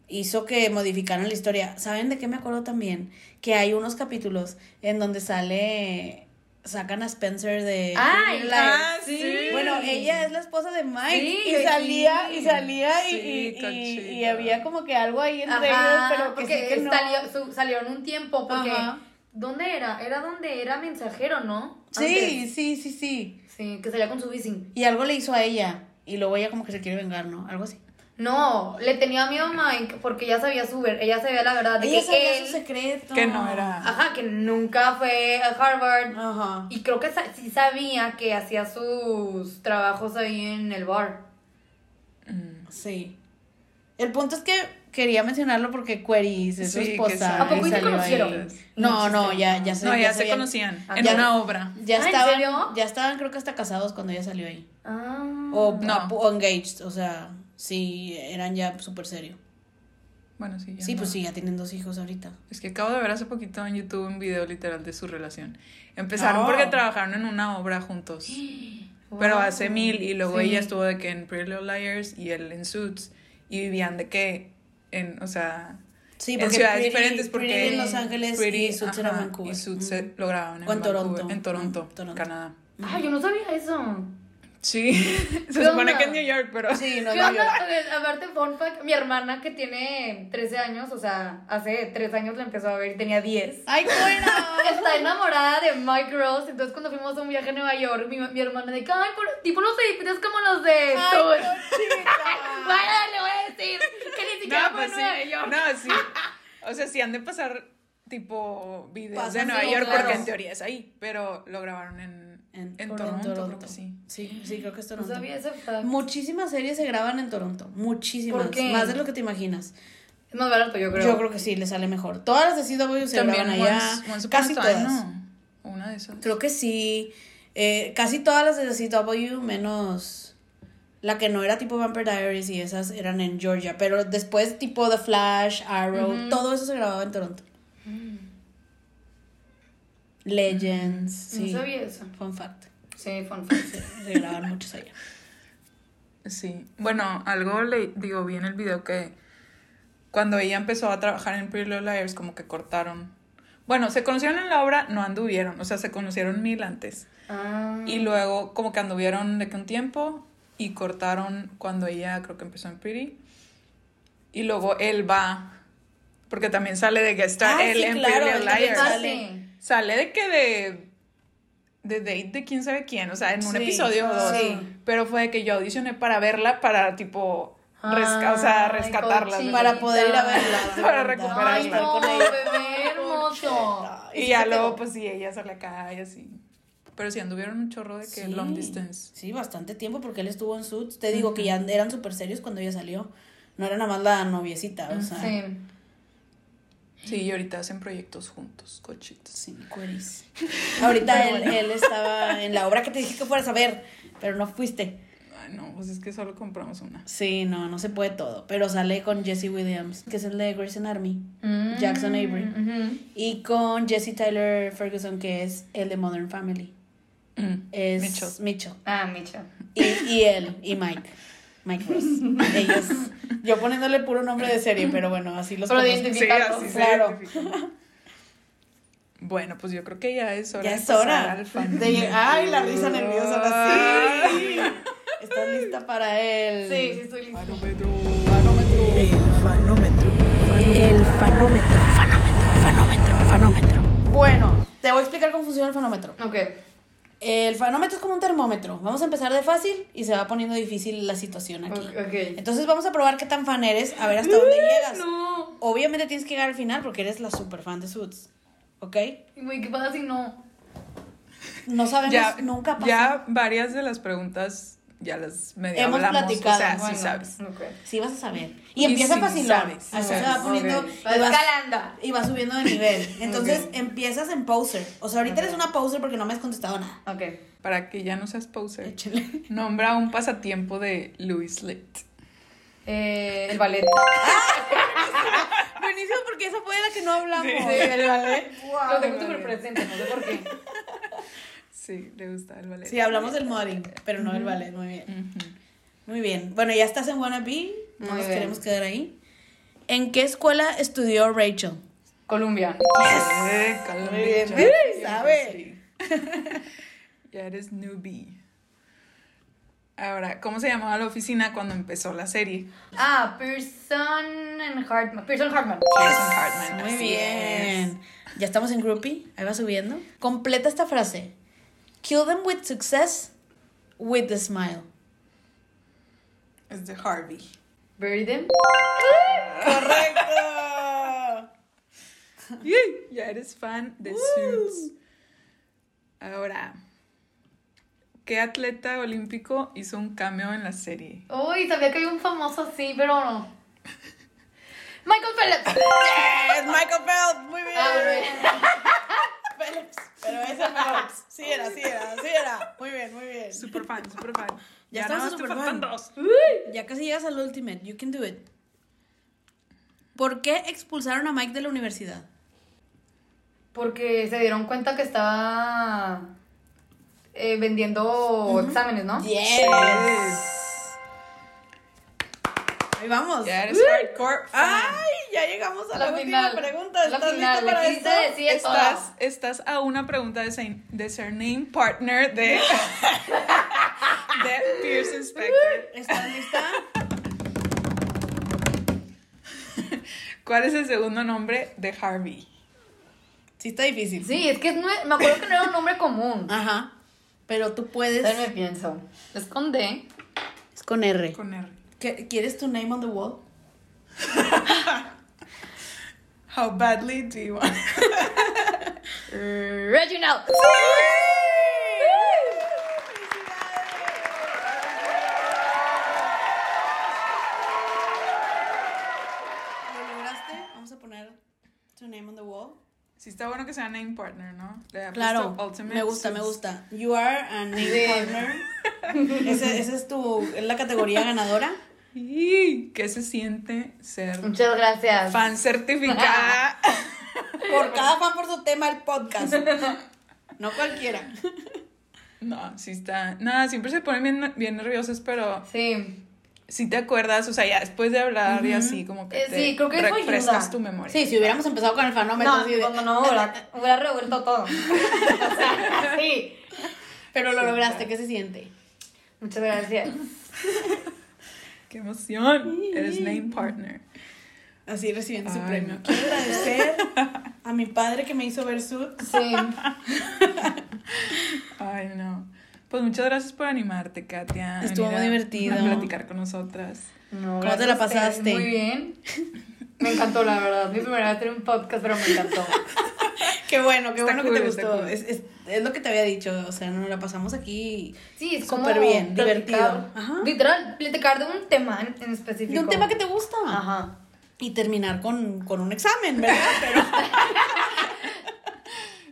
Speaker 3: hizo que modificaran la historia. ¿Saben de qué me acuerdo también? Que hay unos capítulos en donde sale. Sacan a Spencer de.
Speaker 5: Ay,
Speaker 3: Life.
Speaker 5: ah, sí.
Speaker 3: Bueno, ella es la esposa de Mike.
Speaker 5: Sí,
Speaker 3: y
Speaker 5: sí.
Speaker 3: salía, y salía, y-
Speaker 4: Sí,
Speaker 3: y,
Speaker 4: está
Speaker 3: y- y
Speaker 4: chido.
Speaker 3: había como que algo ahí entre
Speaker 5: Ajá,
Speaker 3: ellos, pero que
Speaker 5: porque
Speaker 3: sí que no.
Speaker 5: salió- su- salieron un tiempo, porque.
Speaker 3: Ajá.
Speaker 5: ¿Dónde era? Era donde era mensajero, ¿no?
Speaker 3: Sí, sí, sí, sí.
Speaker 5: Sí, que salía con su bici.
Speaker 3: Y algo le hizo a ella. Y luego ella como que se quiere vengar, ¿no? Algo así.
Speaker 5: No, le tenía miedo a Mike porque ya sabía su ver, ella sabía la verdad de
Speaker 3: Ella
Speaker 5: que
Speaker 3: sabía
Speaker 5: él,
Speaker 3: su secreto.
Speaker 4: Que no era.
Speaker 5: ajá, que nunca fue a Harvard
Speaker 3: Ajá.
Speaker 5: y creo que sa- sí sabía que hacía sus trabajos ahí en el bar.
Speaker 4: Mm.
Speaker 3: Sí. El punto es que quería mencionarlo porque Query es su
Speaker 4: Sí, que
Speaker 3: esposa.
Speaker 4: sabe.
Speaker 5: ¿A poco
Speaker 3: y
Speaker 5: y se
Speaker 3: salió ahí.
Speaker 5: conocieron?
Speaker 3: No, no, ya, ya se
Speaker 4: No, ya
Speaker 3: se
Speaker 4: se
Speaker 3: habían-
Speaker 4: conocían.
Speaker 5: Ah,
Speaker 4: En
Speaker 3: ya.
Speaker 4: una obra.
Speaker 3: Ya
Speaker 5: Ah, ¿en
Speaker 3: estaban,
Speaker 5: serio?
Speaker 3: ya estaban creo que hasta casados cuando ella salió ahí.
Speaker 5: Ah.
Speaker 3: O,
Speaker 4: No.
Speaker 3: o engaged, o sea, sí, eran ya súper serio.
Speaker 4: Bueno, sí. ya
Speaker 3: Sí,
Speaker 4: no.
Speaker 3: pues sí, ya tienen dos hijos ahorita.
Speaker 4: Es que acabo de ver hace poquito en YouTube un video literal de su relación. Empezaron
Speaker 3: No.
Speaker 4: porque trabajaron en una obra juntos. Pero hace mil. Y luego
Speaker 5: Sí.
Speaker 4: ella estuvo de que en Pretty Little Liars y él en Suits. Y vivían de que en, o sea,
Speaker 3: Sí,
Speaker 4: en
Speaker 3: porque
Speaker 4: ciudades
Speaker 3: Pretty-
Speaker 4: diferentes. Porque
Speaker 3: Pretty en Los Ángeles y
Speaker 4: Pretty,
Speaker 3: Suits era
Speaker 4: ajá,
Speaker 3: Vancouver.
Speaker 4: Y Suits
Speaker 3: Ujú.
Speaker 4: se- lo grabaron en,
Speaker 3: O en
Speaker 4: Vancouver,
Speaker 3: Toronto.
Speaker 4: en Toronto,
Speaker 3: Mm, Toronto.
Speaker 4: Canadá.
Speaker 5: Ah, yo no sabía eso.
Speaker 4: Sí, se
Speaker 5: ¿Qué
Speaker 4: supone
Speaker 5: onda?
Speaker 4: que en New York, pero...
Speaker 3: Sí, no,
Speaker 5: ¿Qué
Speaker 3: no,
Speaker 5: onda? Oye, Aparte, fun fact, mi hermana que tiene 13 años, o sea, hace 3 años la empezó a ver y tenía 10.
Speaker 3: ¡Ay, fuera!
Speaker 5: Está enamorada de Mike Ross, entonces cuando fuimos a un viaje a Nueva York, mi, mi hermana de que, ay, por- tipo los edificios como los de Tour. Vaya, le voy a decir que ni siquiera
Speaker 4: No,
Speaker 5: fue a
Speaker 4: pues sí.
Speaker 5: Nueva York.
Speaker 4: No, sí. O sea, sí han de pasar tipo videos
Speaker 3: Pasan,
Speaker 4: de Nueva
Speaker 3: sí,
Speaker 4: York
Speaker 5: claro.
Speaker 4: porque en teoría es ahí, pero lo grabaron en, en, Toronto, creo que sí.
Speaker 3: Sí, sí, creo que es
Speaker 5: No
Speaker 3: Toronto.
Speaker 5: sabía ese fact.
Speaker 3: Muchísimas series se graban en Toronto, muchísimas,
Speaker 5: ¿Por qué?
Speaker 3: más de lo que te imaginas.
Speaker 5: Es más barato, yo creo.
Speaker 3: Yo creo que sí, le sale mejor. Todas las de CW se
Speaker 4: También
Speaker 3: graban allá,
Speaker 4: Once- Once Upon a
Speaker 3: casi
Speaker 4: Time,
Speaker 3: todas.
Speaker 4: ¿no? Una de esas.
Speaker 3: Creo que sí, eh, casi todas las de CW, menos la que no era tipo Vampire Diaries y esas eran en Georgia, pero después tipo The Flash, Arrow, todo eso se grababa en Toronto. Legends,
Speaker 5: No
Speaker 3: sí.
Speaker 5: sabía eso.
Speaker 3: Fun fact,
Speaker 5: Sí, fun fact. sí.
Speaker 3: se graban muchos allá.
Speaker 4: Sí. Bueno, algo le digo bien el video que cuando ella empezó a trabajar en Pretty Little Liars como que cortaron. Bueno, se conocieron en la obra, no anduvieron, o sea, se conocieron mil antes.
Speaker 5: Ah.
Speaker 4: Y luego como que anduvieron de que un tiempo y cortaron cuando ella creo que empezó en Pretty. Y luego él va, porque también sale de que está
Speaker 3: Ah,
Speaker 4: él
Speaker 3: sí,
Speaker 4: en
Speaker 3: claro,
Speaker 4: Pretty Little
Speaker 3: él también
Speaker 4: Liars.
Speaker 5: Ah,
Speaker 4: Sale.
Speaker 3: sale.
Speaker 5: sí.
Speaker 4: de que de, de date de quién sabe quién, o sea, en un
Speaker 3: Sí,
Speaker 4: episodio o dos.
Speaker 3: sí.
Speaker 4: Pero fue de que yo audicioné para verla, para tipo, resca- o sea,
Speaker 5: Ay,
Speaker 4: rescatarla.
Speaker 5: cochita.
Speaker 4: ¿no?
Speaker 3: Ah, Para poder ir a verla.
Speaker 4: Para recuperar
Speaker 5: Ay,
Speaker 4: estar
Speaker 5: no,
Speaker 4: con
Speaker 5: bebé hermoso.
Speaker 4: Y ya luego, pues sí, ella sale acá y así. Pero sí, anduvieron un chorro de que
Speaker 3: Sí.
Speaker 4: long distance.
Speaker 3: Sí, bastante tiempo porque él estuvo en Suits. Te digo que ya eran súper serios cuando ella salió. No era nada más la noviecita, o sea. Sí.
Speaker 5: Ah, Sí.
Speaker 4: Sí, y ahorita hacen proyectos juntos, cochitos.
Speaker 3: cueris. Ahorita él, él estaba en la obra que te dije que fueras a ver, pero no fuiste.
Speaker 4: Ay, no, pues es que solo compramos una.
Speaker 3: Sí, no, no se puede todo. Pero sale con Jesse Williams, que es el de Grey's Army,
Speaker 5: Mm.
Speaker 3: Jackson Avery.
Speaker 5: Ujú.
Speaker 3: y con Jesse Tyler Ferguson, que es el de Modern Family.
Speaker 4: Mm.
Speaker 3: Es
Speaker 4: Mitchell.
Speaker 3: Mitchell.
Speaker 5: Ah, Micho.
Speaker 3: Y, y él, y Mike. Mike Ross. Ellos. Yo poniéndole puro nombre de serie, pero bueno, así los
Speaker 5: Pero de
Speaker 3: conozco.
Speaker 4: Sí, así se
Speaker 3: Claro.
Speaker 4: identifican. Bueno, pues yo creo que ya es hora.
Speaker 3: Ya
Speaker 4: de
Speaker 3: es
Speaker 4: pasar
Speaker 3: hora.
Speaker 4: al fan.
Speaker 3: de lleg- Ay, la risa nerviosa. ahora sí. ¿Estás lista para él?
Speaker 5: Sí, sí, estoy lista.
Speaker 4: Fanómetro.
Speaker 7: El fanómetro, fanómetro, fanómetro, fanómetro.
Speaker 3: Bueno, te voy a explicar cómo funciona el fanómetro.
Speaker 5: Ok.
Speaker 3: El fanómetro es como un termómetro. Vamos a empezar de fácil y se va poniendo difícil la situación aquí.
Speaker 5: Ok, ok.
Speaker 3: Entonces vamos a probar qué tan fan eres, a ver hasta dónde llegas.
Speaker 5: No.
Speaker 3: Obviamente tienes que llegar al final porque eres la super fan de Suits. ¿Ok?
Speaker 5: Güey, ¿qué pasa si no?
Speaker 3: pues, No sabemos,
Speaker 4: Ya,
Speaker 3: nunca pasó.
Speaker 4: ya varias de las preguntas ya las medio
Speaker 3: Hemos
Speaker 4: hablamos,
Speaker 3: platicado,
Speaker 4: O sea,
Speaker 5: Bueno,
Speaker 4: sí sabes.
Speaker 5: Ok.
Speaker 3: Sí vas a saber. Y
Speaker 4: Y
Speaker 3: empieza
Speaker 4: sí,
Speaker 3: facilón.
Speaker 4: sabes,
Speaker 3: Así se
Speaker 4: sabes.
Speaker 3: va poniendo.
Speaker 5: Ok.
Speaker 3: y vas-
Speaker 5: Escalando.
Speaker 3: y va subiendo de nivel. Entonces empiezas en poser. O sea, ahorita eres una poser porque no me has contestado nada.
Speaker 5: Ok.
Speaker 4: Para que ya no seas poser.
Speaker 3: Échale.
Speaker 4: Nombra un pasatiempo de Louis Litt.
Speaker 5: Eh, el ballet.
Speaker 3: Buenísimo, porque esa fue la que no hablamos.
Speaker 5: Lo tengo súper presente, no sé por qué.
Speaker 4: Sí, le gusta el ballet.
Speaker 3: Sí, hablamos del modding, pero no del ballet. Muy bien.
Speaker 4: Ujú.
Speaker 3: Muy bien. Bueno, ya estás en Wannabe. No
Speaker 5: Muy
Speaker 3: nos
Speaker 5: bien.
Speaker 3: queremos quedar ahí. ¿En qué escuela estudió Rachel?
Speaker 5: Colombia.
Speaker 4: Eh, calma,
Speaker 3: Muy bien,
Speaker 4: ya.
Speaker 3: mira,
Speaker 4: Ya
Speaker 3: sabe.
Speaker 4: eres- Ya eres newbie. Ahora, ¿cómo se llamaba la oficina cuando empezó la serie?
Speaker 5: Ah, Pearson and Hartman. Pearson Hartman.
Speaker 4: Jason Hartman.
Speaker 3: Muy
Speaker 4: así
Speaker 3: bien. Ya estamos en groupie. Ahí va subiendo. Completa esta frase. Kill them with success, with a smile.
Speaker 4: Es de Harvey.
Speaker 5: Bury them.
Speaker 4: Ya eres fan de Suits. Ahora, ¿qué atleta olímpico hizo un cameo en la serie?
Speaker 5: Uy, sabía que había un famoso así, pero no. Michael Phelps.
Speaker 8: Es Michael Phelps, muy bien.
Speaker 5: Ah, bueno.
Speaker 8: Phelps. Pero ese Phelps. Sí era, sí era, sí era. Muy bien, muy bien.
Speaker 4: Super fan, super fan.
Speaker 3: Ya
Speaker 4: nada
Speaker 3: estamos
Speaker 4: más te faltan
Speaker 3: superfan.
Speaker 4: dos.
Speaker 3: Ya casi llegas al ultimate. You can do it. ¿Por qué expulsaron a Mike de la universidad?
Speaker 5: Porque se dieron cuenta que estaba eh, vendiendo exámenes, ¿no?
Speaker 3: Ahí vamos.
Speaker 4: Ya eres hardcore
Speaker 3: Ah,
Speaker 4: fan.
Speaker 8: Ay, ya llegamos a
Speaker 5: La
Speaker 8: la, última
Speaker 5: final.
Speaker 8: pregunta.
Speaker 5: La
Speaker 8: ¿Estás
Speaker 5: final,
Speaker 8: listo para
Speaker 5: le quise
Speaker 8: esto?
Speaker 5: decir
Speaker 4: Estás, estás a una pregunta de, sein- de surname partner de, de Pierce Inspector.
Speaker 3: ¿Estás lista?
Speaker 4: ¿Cuál es el segundo nombre de Harvey?
Speaker 8: Sí, está difícil.
Speaker 5: Sí, es que no es- me acuerdo que no era un nombre común.
Speaker 8: Ah,
Speaker 3: Ajá. Pero tú puedes.
Speaker 5: Déjame pienso. Es con D.
Speaker 3: Es con R.
Speaker 4: Con R.
Speaker 8: ¿Qué- ¿Quieres tu name on the wall?
Speaker 4: How badly do you want?
Speaker 5: Reginald.
Speaker 8: ¿Lo lograste? Vamos a poner tu name on the wall.
Speaker 4: Sí está bueno que sea name partner, ¿no? Le ha
Speaker 3: Claro.
Speaker 4: puesto Ultimate
Speaker 3: Me gusta,
Speaker 4: Suits.
Speaker 3: me gusta. You are a name partner. Ese- Esa es tu. Es la categoría ganadora.
Speaker 4: Y, ¿Qué se siente ser
Speaker 5: Muchas gracias.
Speaker 4: fan certificada?
Speaker 3: Por cada fan por su tema el podcast. No cualquiera.
Speaker 4: no, sí está. Nada, siempre se ponen bien, bien nerviosos, pero
Speaker 5: Sí.
Speaker 4: si te acuerdas, o sea, ya después de hablar y así, como que
Speaker 5: Eh,
Speaker 4: te
Speaker 5: sí, creo que eso
Speaker 4: refrescas
Speaker 5: ayuda.
Speaker 4: tu memoria.
Speaker 3: Sí, si hubiéramos empezado con el fanómetro.
Speaker 5: No,
Speaker 3: así de-
Speaker 5: cuando no, hubiera, hubiera revuelto todo. O sea, sí.
Speaker 3: Pero lo lograste, ¿qué se siente?
Speaker 5: Muchas gracias.
Speaker 4: ¡Qué emoción! Eres name partner.
Speaker 8: Así recibiendo su
Speaker 4: Ay,
Speaker 8: premio.
Speaker 4: no.
Speaker 8: Quiero agradecer a mi padre que me hizo ver su.
Speaker 5: Sí.
Speaker 4: Ay, no. Pues muchas gracias por animarte, Katia. a
Speaker 3: Estuvo
Speaker 4: venir
Speaker 3: muy
Speaker 4: a-
Speaker 3: divertido.
Speaker 4: A platicar con nosotras.
Speaker 5: No,
Speaker 3: ¿Cómo te la
Speaker 5: gracias a ustedes,
Speaker 3: pasaste?
Speaker 5: Muy bien. Me encantó, la verdad. Mi primera vez tener un podcast, pero me encantó.
Speaker 8: Qué bueno, qué
Speaker 4: Está
Speaker 8: bueno
Speaker 4: cool,
Speaker 8: que te
Speaker 4: está
Speaker 8: gustó.
Speaker 4: cool.
Speaker 8: Es, es- es lo que te había dicho. O sea, nos la pasamos aquí.
Speaker 5: Sí, es como
Speaker 8: Súper bien,
Speaker 5: platicar-
Speaker 8: divertido. Ajá.
Speaker 5: Literal, platicar de un tema en, en específico.
Speaker 3: De un tema que te gusta.
Speaker 5: Ajá.
Speaker 3: Y terminar con, con un examen, ¿verdad? Pero,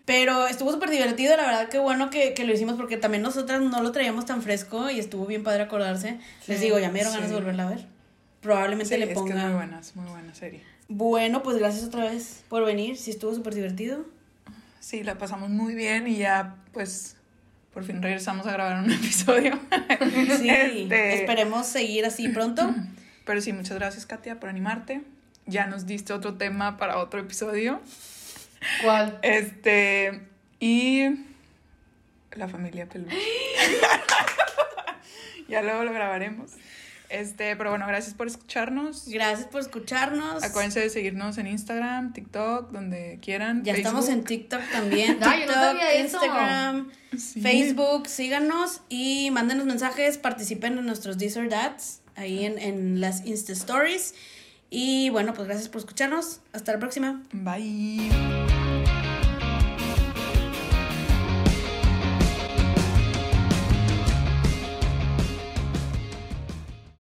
Speaker 3: pero estuvo súper divertido, la verdad, qué bueno que, que lo hicimos porque también nosotras no lo traíamos tan fresco y estuvo bien padre acordarse. Les digo, ya me dieron ganas de
Speaker 4: sí.
Speaker 3: volverla a ver. Probablemente
Speaker 4: Sí,
Speaker 3: le
Speaker 4: es que es muy
Speaker 3: ponga.
Speaker 4: buena, es muy buena serie.
Speaker 3: Bueno, pues gracias otra vez por venir. Sí, estuvo súper divertido.
Speaker 4: Sí, la pasamos muy bien y ya, pues, por fin regresamos a grabar un episodio.
Speaker 3: Sí,
Speaker 4: Este,
Speaker 3: esperemos seguir así pronto.
Speaker 4: Pero sí, muchas gracias, Katia, por animarte. Ya nos diste otro tema para otro episodio.
Speaker 5: ¿Cuál?
Speaker 4: Este, y la familia peluche. ya luego lo grabaremos. Este, pero bueno, gracias por escucharnos.
Speaker 3: Gracias por escucharnos.
Speaker 4: Acuérdense de seguirnos en Instagram, TikTok, donde quieran.
Speaker 3: Ya estamos en TikTok también.
Speaker 5: Ah, yo no
Speaker 3: TikTok,
Speaker 5: sabía eso.
Speaker 3: Instagram, Facebook, síganos y mándenos mensajes, participen en nuestros This or That's, ahí en, en las Insta Stories. Y bueno, pues gracias por escucharnos. Hasta la próxima.
Speaker 4: en... Bye.